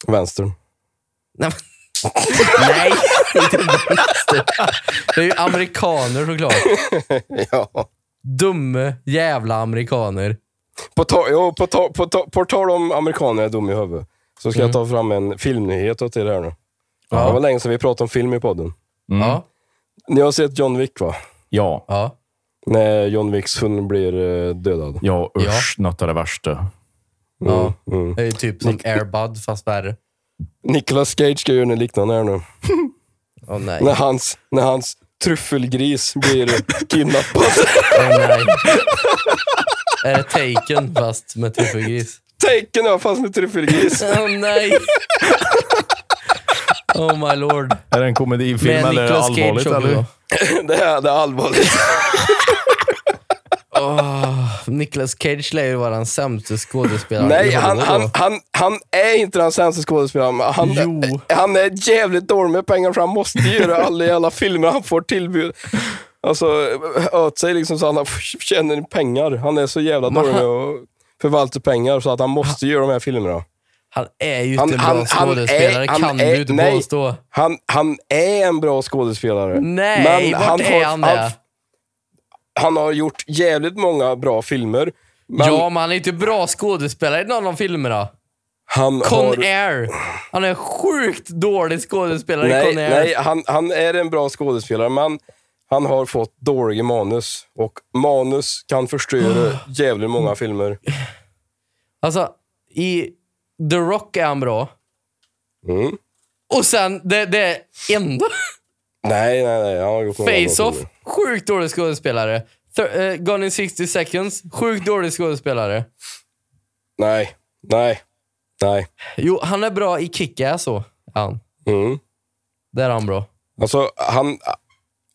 Speaker 2: Vänstern.
Speaker 1: Nej, men... Nej inte vänster. Det är ju amerikaner såklart.
Speaker 2: Ja.
Speaker 1: Dumme jävla amerikaner.
Speaker 2: På, ta, jo, på, ta, på, ta, på tal om amerikaner är dum i huvudet, så ska jag ta fram en filmnyhet åt er här nu. Det var länge sedan vi pratade om film i podden.
Speaker 3: Mm.
Speaker 1: Ja,
Speaker 2: Ni har sett John Wick va?
Speaker 3: Ja,
Speaker 1: ja.
Speaker 2: När John Wicks hund blir eh, dödad.
Speaker 3: ja usch, något av det värsta.
Speaker 1: ja.
Speaker 2: Mm.
Speaker 1: Det är ju typ som Airbud fast värre.
Speaker 2: Nicolas Cage ska göra något liknande här nu.
Speaker 1: Åh nej.
Speaker 2: När hans, när hans truffelgris blir kidnappad.
Speaker 1: Åh, nej. Är det taken fast med tuffelgris?
Speaker 2: Taken ja, fast med truffelgris.
Speaker 1: Åh nej! Oh my lord.
Speaker 3: Är det en komedifilm
Speaker 1: Med
Speaker 3: eller är det
Speaker 1: Nicolas Cage
Speaker 3: allvarligt?
Speaker 1: också
Speaker 3: Eller?
Speaker 1: då.
Speaker 2: Det är, det är allvarligt.
Speaker 1: Nicolas Cage lär ju vara den sämsta skådespelaren i
Speaker 2: Nej, han,
Speaker 1: Hollywood
Speaker 2: han,
Speaker 1: då.
Speaker 2: han, han är inte den sämsta skådespelaren. men Han,
Speaker 1: Jo.
Speaker 2: han är jävligt dålig med pengar för han måste göra alla jävla filmer han får tillbud. Alltså, öt sig liksom så han har- tjänar pengar. Han är så jävla dålig med att förvalta pengar så att han måste göra de här filmerna.
Speaker 1: Han är ju inte
Speaker 2: Han-
Speaker 1: en bra
Speaker 2: han- han är-
Speaker 1: skådespelare,
Speaker 2: han
Speaker 1: kan
Speaker 2: är-
Speaker 1: du inte
Speaker 2: nej.
Speaker 1: påstå.
Speaker 2: Han, han är en bra skådespelare.
Speaker 1: Nej, vart är han det?
Speaker 2: han har gjort jävligt många bra filmer. Men
Speaker 1: ja, men han är inte bra skådespelare i någon av filmerna.
Speaker 2: han
Speaker 1: Con
Speaker 2: har...
Speaker 1: Air. Han är en sjukt dålig skådespelare i
Speaker 2: Nej,
Speaker 1: Con Air.
Speaker 2: nej han, han är en bra skådespelare, men han har fått dåliga manus. Och manus kan förstöra
Speaker 1: Ah.
Speaker 2: jävligt många filmer.
Speaker 1: Alltså, i The Rock är han bra.
Speaker 2: Mm.
Speaker 1: Och sen, det, det är ändå
Speaker 2: Nej, nej, nej. Han har gjort många bra
Speaker 1: Face-Off.
Speaker 2: filmer.
Speaker 1: Sjukt dålig skådespelare. Th- eh, Gone in 60 seconds. Sjukt dålig skådespelare.
Speaker 2: Nej, nej, nej.
Speaker 1: Jo, han är bra i Kick-Ass så. Han.
Speaker 2: Mm.
Speaker 1: Där är han bra.
Speaker 2: Alltså, han,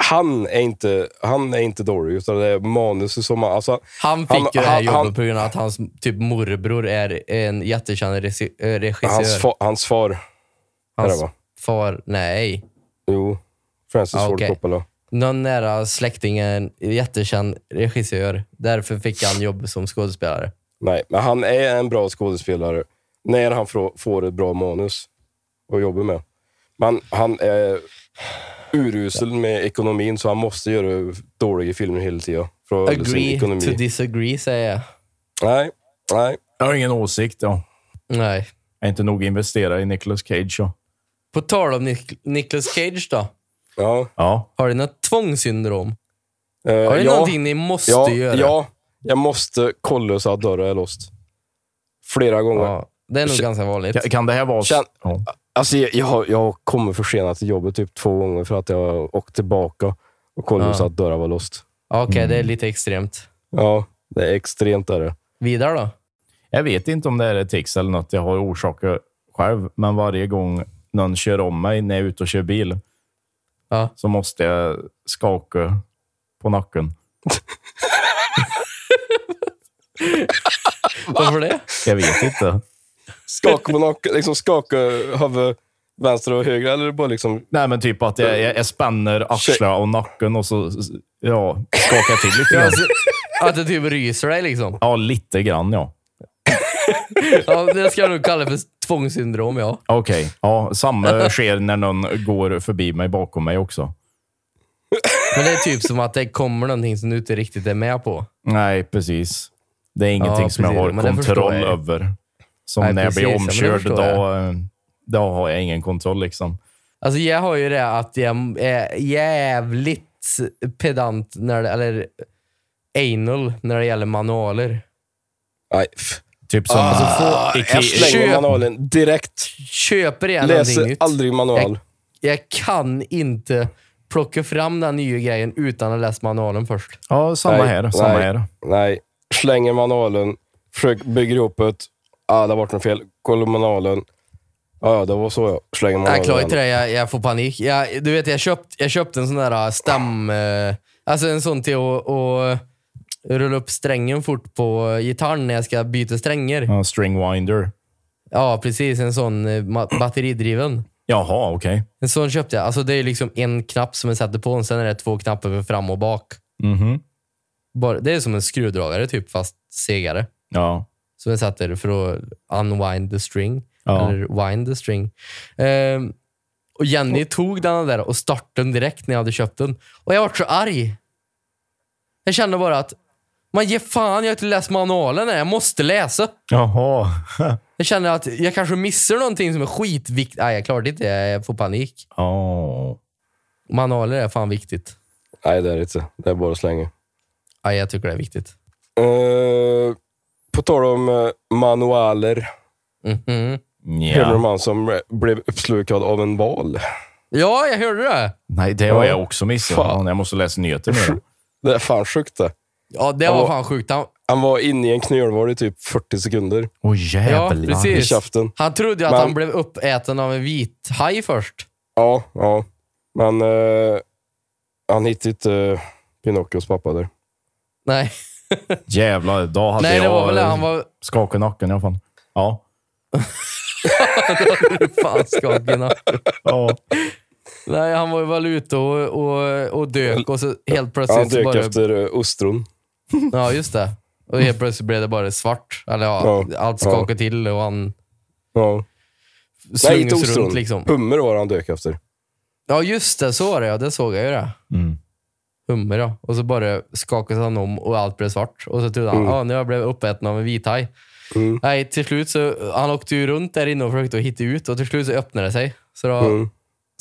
Speaker 2: han, är inte, han är inte dålig, utan det är manuset som... han- Alltså,
Speaker 1: Han fick
Speaker 2: Han-
Speaker 1: ju det här
Speaker 2: han-
Speaker 1: jobbet
Speaker 2: han-
Speaker 1: på grund av att hans typ morbror är en jättekänd regi- eh, regissör.
Speaker 2: hans, fa, hans far.
Speaker 1: Hans
Speaker 2: är det, va?
Speaker 1: far, nej.
Speaker 2: Jo, Francis
Speaker 1: Ah,
Speaker 2: Ford
Speaker 1: okej.
Speaker 2: Coppola.
Speaker 1: Någon nära släkting är en jättekänd regissör. Därför fick han jobb som skådespelare.
Speaker 2: Nej, men han är en bra skådespelare när han frå- får ett bra manus att jobba med. Men han är urusel med ekonomin så han måste göra dåliga filmer hela tiden. För att hålla sin
Speaker 1: Agree
Speaker 2: ekonomi.
Speaker 1: to disagree, säger jag.
Speaker 2: Nej, nej.
Speaker 3: Jag har ingen åsikt. Ja.
Speaker 1: Nej.
Speaker 3: Jag är inte nog investerad i Nicolas Cage. Ja.
Speaker 1: På tal om Nic- Nicolas Cage då.
Speaker 2: Ja.
Speaker 3: ja.
Speaker 1: Har du något tvångssyndrom?
Speaker 2: Eh,
Speaker 1: Har du
Speaker 2: ja,
Speaker 1: någonting ni måste
Speaker 2: ja,
Speaker 1: göra?
Speaker 2: Ja, jag måste kolla så att dörren är låst. Flera gånger.
Speaker 1: Ja, Det är nog ganska vanligt.
Speaker 3: Kan- Kan det här vara...
Speaker 2: Känn-
Speaker 3: Ja.
Speaker 2: Alltså, jag, jag, har- jag har kommit försenat till jobbet typ två gånger för att jag har åkt tillbaka och kollat
Speaker 1: Ja.
Speaker 2: så att dörren var låst.
Speaker 1: Okej, det är lite extremt.
Speaker 2: Ja, det är extremt är det.
Speaker 1: Vidare då?
Speaker 3: Jag vet inte om det är ett tics eller något jag har orsaker själv, men varje gång någon kör om mig när jag är ute och kör bil
Speaker 1: Ja.
Speaker 3: så måste jag skaka på nacken.
Speaker 1: Varför det?
Speaker 3: Jag vet inte.
Speaker 2: Skaka på nacken, liksom skaka huvudet vänster och höger eller bara liksom...
Speaker 3: Nej, men typ att jag, jag, jag spänner axlar och nacken och så ja, skakar jag till lite
Speaker 1: Ja,
Speaker 3: grann.
Speaker 1: alltså, att du typ ryser dig liksom.
Speaker 3: Ja, lite grann ja.
Speaker 1: Ja, det ska jag nog kalla för tvångssyndrom, ja.
Speaker 3: Okej. Ja, samma sker när någon går förbi mig bakom mig också.
Speaker 1: Men det är typ som att det kommer någonting som du inte riktigt är med på.
Speaker 3: Nej, precis. Det är ingenting
Speaker 1: Ja,
Speaker 3: som jag
Speaker 1: precis.
Speaker 3: har
Speaker 1: Men det förstår
Speaker 3: kontroll
Speaker 1: jag ju.
Speaker 3: över. Som
Speaker 1: Nej,
Speaker 3: när jag blir
Speaker 1: precis. Ja, men det
Speaker 3: omkörd,
Speaker 1: förstår
Speaker 3: då,
Speaker 1: jag.
Speaker 3: eh, då har jag ingen kontroll. liksom.
Speaker 1: Alltså jag har ju det att jag är jävligt pedant, när det, eller anal, när det gäller manualer.
Speaker 2: Nej, f-
Speaker 3: Typ som...
Speaker 1: Alltså få,
Speaker 2: jag slänger
Speaker 1: Köp-
Speaker 2: manualen direkt.
Speaker 1: köper igen någonting
Speaker 2: Läser
Speaker 1: nytt.
Speaker 2: aldrig manual.
Speaker 1: Jag, jag kan inte plocka fram den nya grejen utan att läsa manualen först.
Speaker 3: ja, samma
Speaker 2: Nej,
Speaker 3: här. Samma
Speaker 2: nej,
Speaker 3: här.
Speaker 2: Nej, slänger manualen, försöker bygga ihop ett... Ah, det har varit något fel. Kollar manualen. Ah, Ja, ja, det var så jag slänger manualen.
Speaker 1: Jag klarar inte det, jag, jag får panik. Jag, du vet, jag köpte jag köpt en sån där stäm... Eh, alltså en sån till att att rulla upp strängen fort på gitarren när jag ska byta stränger.
Speaker 3: Ja, string winder.
Speaker 1: Ja, precis. En sån eh, ma- batteridriven.
Speaker 3: Jaha, okej.
Speaker 1: En sån köpte jag. Alltså det är liksom en knapp som jag sätter på och sen är det två knappar för fram och bak.
Speaker 3: Mhm.
Speaker 1: Bara, det är som en skruvdragare typ, fast segare.
Speaker 3: Ja.
Speaker 1: Som jag sätter för att unwind the string.
Speaker 3: Ja.
Speaker 1: Eller wind the string. Ehm, och Jenny tog den där och startade den direkt när jag hade köpt den. Och jag var så arg. Jag kände bara att man ger fan, jag har inte läst manualen än. Jag måste läsa.
Speaker 3: Jaha.
Speaker 1: Jag känner att jag kanske missar någonting som är skitviktigt. Nej, jag klarade inte Jag får panik.
Speaker 3: Ja.
Speaker 1: Manualer är fan viktigt.
Speaker 2: Nej, det är det inte. Det är bara att slänga.
Speaker 1: Nej, jag tycker det är viktigt.
Speaker 2: Eh, på tal om eh, manualer.
Speaker 1: Mhm.
Speaker 2: Hörde du om
Speaker 3: Nja.
Speaker 2: han som eh, blev uppslukad av en val?
Speaker 1: Ja, jag hörde det.
Speaker 3: Nej, det har jag också missat.
Speaker 2: Fan.
Speaker 3: Fan. Jag måste läsa nyheter nu.
Speaker 2: Det är fan sjukt det.
Speaker 1: Ja, det var
Speaker 2: Ja.
Speaker 1: fan sjukt. Han,
Speaker 2: Han var inne i en knölval i typ 40 sekunder.
Speaker 3: Åh
Speaker 1: ja,
Speaker 3: jävlar.
Speaker 2: I
Speaker 1: precis.
Speaker 2: käften.
Speaker 1: Han trodde ju att
Speaker 2: Men-
Speaker 1: han blev uppäten av en vit haj först.
Speaker 2: Ja, ja. Men eh, han hittade inte eh, Pinocchios pappa där.
Speaker 1: Nej,
Speaker 3: Jävlar, då hade
Speaker 1: Nej
Speaker 3: jag
Speaker 1: det var väl det. Han var
Speaker 3: skakat nacken i alla fall. Ja.
Speaker 1: fan skakig. na.
Speaker 3: ja.
Speaker 1: Nej, han var ju väl ute och, och, och dök och så helt
Speaker 2: Han
Speaker 1: plötsligt så
Speaker 2: dök
Speaker 1: bara...
Speaker 2: efter eh, ostron.
Speaker 1: Ja, just det. Och helt plötsligt blev det bara svart. Eller ja,
Speaker 2: Ja,
Speaker 1: allt skakade till och han
Speaker 2: Ja. Nej, inte
Speaker 1: slungades
Speaker 2: ostron.
Speaker 1: runt liksom.
Speaker 2: Hummer var han dök efter.
Speaker 1: Ja, just det. Så var det ja. Det såg jag ju det.
Speaker 3: Mm.
Speaker 1: Hummer ja. Och så bara skakades han om och allt blev svart. Och så trodde han, ja nu har jag blivit uppäten av en vithaj.
Speaker 2: Mm.
Speaker 1: Nej, till slut så, han åkte ju runt där inne och försökte hitta ut och till slut så öppnade det sig. Så då
Speaker 2: Mm.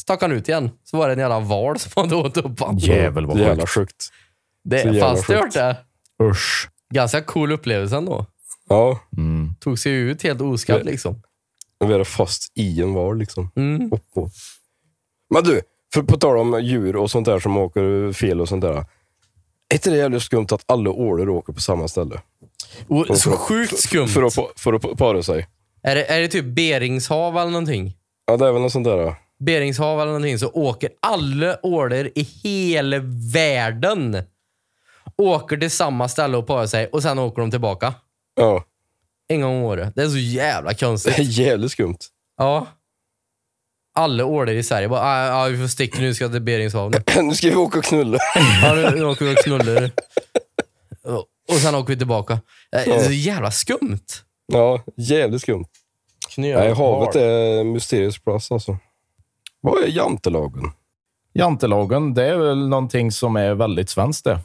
Speaker 1: stack han ut igen. Så var det en jävla val som hade åt upp honom.
Speaker 3: Jävel vad
Speaker 2: Jävla
Speaker 3: sjukt.
Speaker 2: sjukt.
Speaker 1: Det
Speaker 2: så
Speaker 1: är
Speaker 2: jävla
Speaker 1: fan stört
Speaker 2: sjukt.
Speaker 1: det.
Speaker 3: Usch.
Speaker 1: Ganska cool upplevelse ändå.
Speaker 2: Ja,
Speaker 3: Mm.
Speaker 1: Tog sig ut helt oskadd liksom.
Speaker 2: att vara fast i en val liksom.
Speaker 1: Mm.
Speaker 2: Uppåt. Men du, för på tal om djur och sånt där som åker fel och sånt där. Är inte det jävligt skumt att alla ålor åker på samma ställe?
Speaker 1: Och,
Speaker 2: För
Speaker 1: så
Speaker 2: att-
Speaker 1: sjukt skumt.
Speaker 2: För att, pa- för att pa- para sig.
Speaker 1: Är det, är det typ Beringshav eller någonting?
Speaker 2: Ja, det är väl något sånt där.
Speaker 1: Beringshav eller någonting så åker alla ålar i hela världen. Åker till samma ställe och parar sig och sen åker de tillbaka.
Speaker 2: Ja,
Speaker 1: En gång om året. Det är så jävla
Speaker 2: det
Speaker 1: konstigt.
Speaker 2: är jävligt skumt.
Speaker 1: Ja. Alla ålar i Sverige bara, "Ah, ja vi får sticka nu, vi ska till Beringshav nu.
Speaker 2: Nu ska vi åka och knulla.
Speaker 1: Ja, nu, nu åker vi och knullar. Och- Och sen åker vi tillbaka. Eh, Det är så jävla skumt.
Speaker 2: Ja, jävligt skumt.
Speaker 1: Knöl.
Speaker 2: Nej, havet är mysterisk plats alltså. Vad är jantelagen?
Speaker 3: Jantelagen, det är väl någonting som är väldigt svenskt det.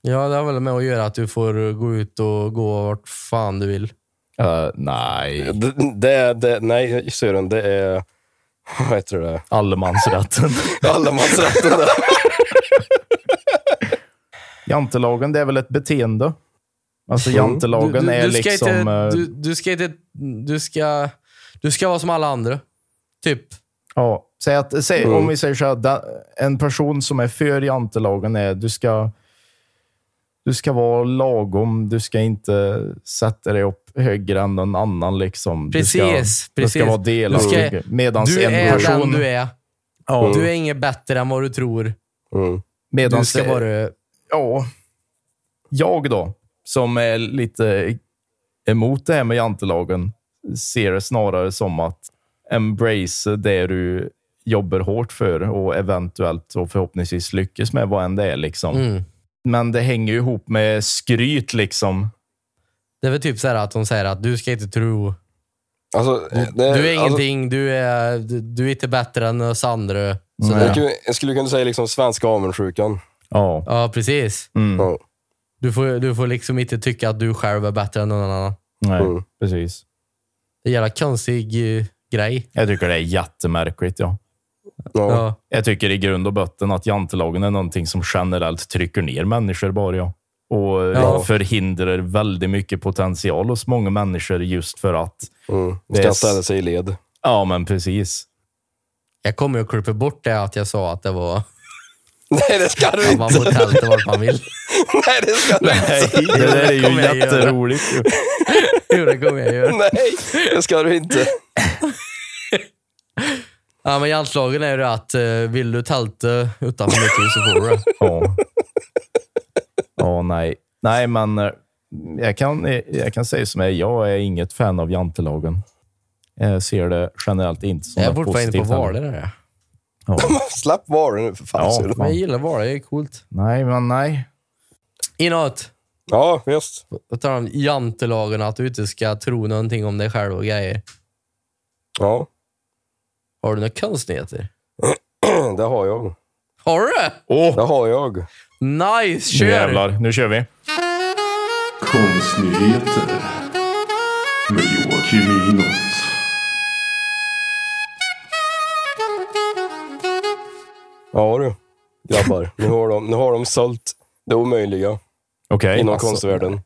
Speaker 1: Ja, det har väl med att göra att du får gå ut och gå vart fan du vill.
Speaker 3: Eh, nej,
Speaker 2: Det, det, det, nej, Sören, det är... Vad heter det?
Speaker 3: allemansrätten.
Speaker 2: Allemansrätten där.
Speaker 3: Jantelagen, det är väl ett beteende? Alltså
Speaker 2: Mm.
Speaker 1: Du, du,
Speaker 3: jantelagen är
Speaker 1: du, ska
Speaker 3: liksom...
Speaker 1: inte,
Speaker 3: eh,
Speaker 1: du, du ska inte... Du ska, du ska vara som alla andra. Typ.
Speaker 3: Ja, säg att, säg,
Speaker 2: Mm.
Speaker 3: om vi säger så här, da- en person som är för jantelagen är du ska, du ska vara lagom, du ska inte sätta dig upp högre än någon annan. Liksom. du
Speaker 1: Precis,
Speaker 3: ska, Du
Speaker 1: precis.
Speaker 3: ska vara delaktig.
Speaker 1: Du ska-
Speaker 3: Medans
Speaker 1: Du
Speaker 3: en
Speaker 1: är
Speaker 3: person,
Speaker 1: den du är.
Speaker 3: Ja,
Speaker 1: Du är inget bättre än vad du tror.
Speaker 2: Mm.
Speaker 1: Du
Speaker 3: medans
Speaker 1: ska
Speaker 3: det-
Speaker 1: bara...
Speaker 3: ja, jag då, som är lite emot det här med jantelagen, ser det snarare som att embrace det du jobbar hårt för och eventuellt och förhoppningsvis lyckas med vad än det är. Liksom.
Speaker 1: Mm.
Speaker 3: Men det hänger ju ihop med skryt. liksom.
Speaker 1: Det är väl typ så här att de säger att du ska inte tro...
Speaker 2: Alltså, det,
Speaker 1: Du är
Speaker 3: Eh,
Speaker 2: alltså,
Speaker 1: ingenting, du är, du, du är inte bättre än oss andra. Så
Speaker 3: Nej.
Speaker 1: där.
Speaker 2: alltså, jag skulle- Jag skulle kunna säga liksom svenska avundsjukan.
Speaker 3: Ja.
Speaker 1: Ja, precis.
Speaker 3: Mm.
Speaker 2: Ja.
Speaker 1: Du får, du får liksom inte tycka att du själv är bättre än någon annan.
Speaker 3: Nej,
Speaker 2: Mm.
Speaker 3: precis.
Speaker 1: Det är en jävla konstig eh, grej.
Speaker 3: Jag tycker det är jättemärkligt. Ja.
Speaker 2: Ja.
Speaker 1: Ja.
Speaker 3: Jag tycker i grund och botten att jantelagen är någonting som generellt trycker ner människor bara. Ja. Och
Speaker 1: Ja.
Speaker 3: förhindrar väldigt mycket potential hos många människor just för att...
Speaker 2: Mm.
Speaker 3: Det är
Speaker 2: Ska
Speaker 3: s-
Speaker 2: ställa sig i led.
Speaker 3: Ja, men precis.
Speaker 1: Jag kommer ju att klippa bort det att jag sa att det var...
Speaker 2: Nej, det ska du
Speaker 1: att Man
Speaker 2: inte.
Speaker 1: får tälta vart man vill.
Speaker 2: Nej, det ska du inte.
Speaker 3: Nej, det där är ju
Speaker 1: kommer jag göra.
Speaker 3: jätteroligt. ju.
Speaker 1: Jo, det kommer jag göra.
Speaker 2: Nej, det ska du inte.
Speaker 1: Ja, men jantelagen är ju det att eh, vill du tälta utanför mitt hus så får du det.
Speaker 3: Ja. Ja, nej. Nej, men eh, jag kan, eh, jag kan säga som jag är. Jag är inget fan av jantelagen. Jag ser det generellt inte som
Speaker 1: Jag är
Speaker 3: något
Speaker 1: fortfarande inne på
Speaker 3: positivt.
Speaker 1: Vale där. ja.
Speaker 3: Ja.
Speaker 2: Slapp vara nu för fan.
Speaker 3: Ja.
Speaker 2: Sören.
Speaker 1: Men jag gillar Vale, det är coolt.
Speaker 3: Nej, men nej.
Speaker 1: Inåt.
Speaker 2: ja visst.
Speaker 1: Då tar de jantelagen att du inte ska tro någonting om dig själv och grejer.
Speaker 2: Ja,
Speaker 1: Har du några konstigheter?
Speaker 2: det har jag.
Speaker 1: Har du det?
Speaker 2: Det har jag.
Speaker 1: Nice!
Speaker 3: Nu
Speaker 1: Kör!
Speaker 3: jävlar. Nu kör vi.
Speaker 6: Konstnyheter med Joakim Inåt.
Speaker 2: Ja du, grabbar. Nu har de, nu har de sålt det omöjliga
Speaker 3: Okej.
Speaker 2: inom
Speaker 3: Alltså,
Speaker 2: konstvärlden.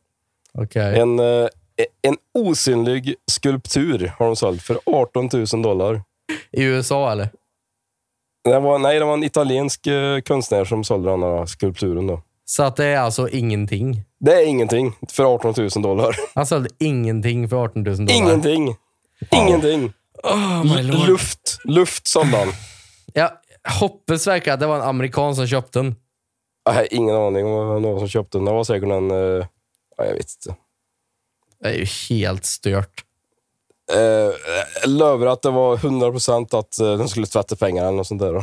Speaker 1: Okej.
Speaker 2: En, eh, en osynlig skulptur har de sålt för 18 000 dollar.
Speaker 1: I USA eller?
Speaker 2: Det var, nej, det var en italiensk eh, konstnär som sålde den här skulpturen. Då.
Speaker 1: Så att det är alltså ingenting.
Speaker 2: Det är ingenting för 18 000 dollar.
Speaker 1: Han sålde ingenting för 18 000 dollar.
Speaker 2: Ingenting! Ingenting!
Speaker 1: Oh my lord.
Speaker 2: Luft! Luft sålde han.
Speaker 1: Jag hoppas verkligen att det var en amerikan som köpte den.
Speaker 2: Nej, ingen aning om vad- någon som köpte den. Det var säkert en... eh, ja, jag vet inte.
Speaker 1: Det är ju helt stört.
Speaker 2: Eh, jag lovar att det var 100% att eh, de skulle tvätta pengar eller något sånt där. Då.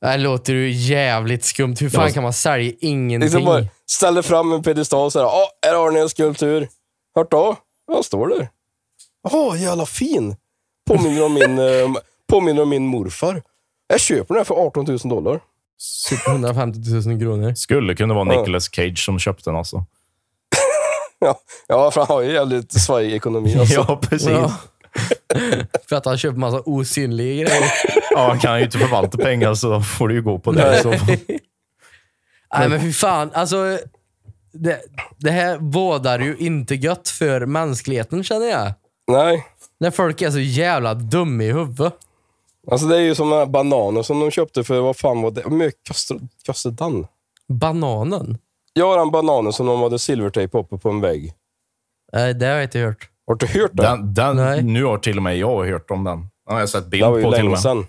Speaker 1: Det här låter ju jävligt skumt. Hur fan kan man sälja
Speaker 2: Liksom
Speaker 1: ingenting?
Speaker 2: bara ställer fram en piedestal så här. Ja, här har ni en skulptur. Hört då? Vad står det? Åh, jävla fin! Påminner om min, eh, påminner om min morfar. Jag köper den här för 18 000 dollar.
Speaker 1: Typ 150 000 kronor.
Speaker 3: Skulle kunna vara Nicolas Cage som köpte den alltså.
Speaker 2: Ja, ja för han har ju jävligt svajig ekonomi. Alltså.
Speaker 3: Ja, precis.
Speaker 1: Ja.
Speaker 3: Ja.
Speaker 1: för att han köper massa osynliga grejer.
Speaker 3: han kan ju inte förvalta pengar så då får du ju gå på det. i Så. fall.
Speaker 1: Nej men fy fan. Alltså, det, det här bådar ju inte gött för mänskligheten känner jag.
Speaker 2: Nej,
Speaker 1: När folk är så jävla dumma i huvudet.
Speaker 2: alltså det är ju som den här bananen som de köpte för, vad fan var det? Hur mycket kostade- kostade den?
Speaker 1: Bananen?
Speaker 2: Jag har en bananen som de hade silvertejp uppe på en vägg.
Speaker 1: Nej, det har jag inte hört.
Speaker 2: Har du hört det?
Speaker 3: Den,
Speaker 1: Nej.
Speaker 3: den, nu har till och med jag hört om den. Ja, jag har sett bild
Speaker 2: det var ju
Speaker 3: på till och
Speaker 2: länge
Speaker 3: med.
Speaker 2: sedan.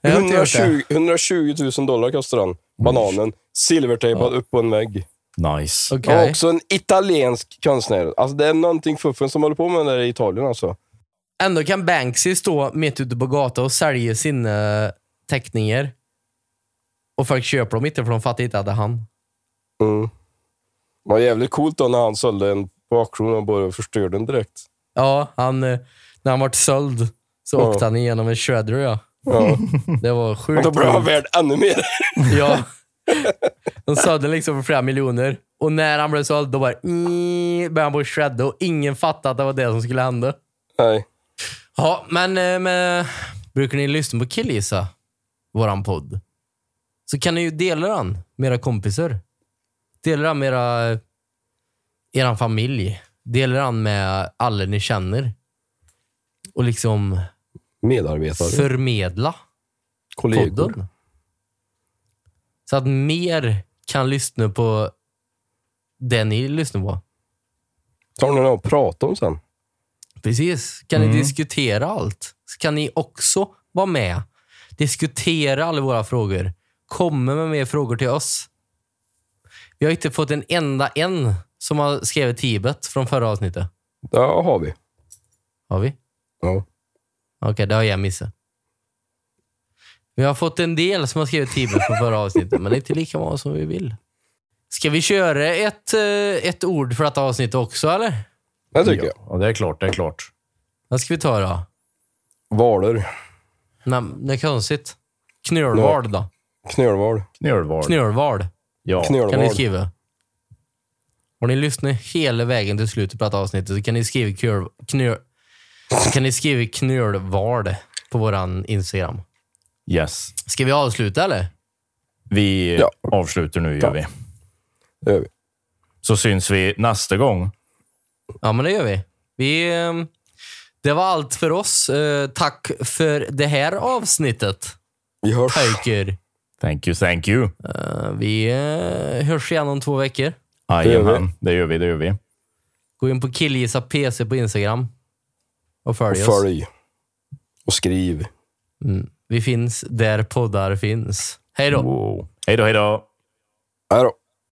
Speaker 1: Jag har inte hört det.
Speaker 2: 120, 120 000 dollar kostar den. Bananen. Silvertejpad upp på en vägg.
Speaker 3: Nice.
Speaker 1: Okej.
Speaker 2: Och också en italiensk konstnär. Alltså det är någonting fuffen som håller på med det där i Italien alltså.
Speaker 1: Ändå kan Banksy stå mitt ute på gatan och sälja sina teckningar. Och folk köper dem inte för de fattar inte att det är han.
Speaker 2: Mm. Det var jävligt coolt då när han sålde en på auktion och bara förstörde den direkt.
Speaker 1: Ja, han, eh, när han vart såld så
Speaker 2: Ja.
Speaker 1: åkte han igenom en shredder ja.
Speaker 2: Ja.
Speaker 1: Det var
Speaker 2: Men
Speaker 1: sjukt.
Speaker 2: då blir han värd ännu mer.
Speaker 1: Ja. De sålde liksom för flera miljoner. Och när han blev såld, då bara "Ii", började han på att shredda och ingen fattade att det var det som skulle hända.
Speaker 2: Nej.
Speaker 1: Ja, men, eh, men brukar ni lyssna på Killisa, våran podd, så kan ni ju dela den med era kompisar. Dela den med era, eran familj. Dela den med alla ni känner. Och liksom
Speaker 2: Medarbetare.
Speaker 1: förmedla
Speaker 2: kollegor.
Speaker 1: podden. Så att mer kan lyssna på det ni lyssnar på.
Speaker 2: Tar ni något att prata om sen?
Speaker 1: Precis. Kan ni diskutera allt? Så kan ni också vara med. Diskutera alla våra frågor. Komma med mer frågor till oss. Vi har inte fått en enda en som har skrivit Tibet från förra avsnittet.
Speaker 2: Ja, har vi.
Speaker 1: Har vi?
Speaker 2: Ja.
Speaker 1: Okej, det har jag missat. Vi har fått en del som har skrivit Tibet på förra avsnittet, men det är inte lika många som vi vill. Ska vi köra ett, eh, ett ord för detta avsnitt också, eller?
Speaker 2: Det tycker jag.
Speaker 3: Ja, det är klart, det är klart.
Speaker 1: Vad ska vi ta då?
Speaker 2: Valer.
Speaker 1: Nej, det är konstigt. Knölvard då?
Speaker 2: Knölval.
Speaker 3: Knölval.
Speaker 1: Knölvard
Speaker 3: Ja.
Speaker 1: kan ni
Speaker 2: Knölval.
Speaker 1: skriva. Om ni lyssnar hela vägen till slutet på detta avsnittet så kan ni skriva knöl, knö, så kan ni skriva knölvard på våran Instagram.
Speaker 3: Yes.
Speaker 1: Ska vi avsluta eller?
Speaker 3: Vi
Speaker 2: Ja.
Speaker 3: avslutar nu, gör vi.
Speaker 2: Det gör vi.
Speaker 3: Så syns vi nästa gång.
Speaker 1: Ja, men det gör vi. vi ehm, det var allt för oss. Eh, Tack för det här avsnittet,
Speaker 2: Vi hörs.
Speaker 1: pojkar.
Speaker 3: Thank you, thank you.
Speaker 1: Eh, Vi eh, hörs igen om två veckor.
Speaker 3: Jajamän, det gör vi, det gör vi.
Speaker 1: Gå in på killgissa PC på Instagram och
Speaker 2: Och
Speaker 1: följ oss.
Speaker 2: följ. Och skriv.
Speaker 1: Vi finns där poddar finns. Hej då!
Speaker 3: Wow. Hej då, hej då.
Speaker 2: Hej då.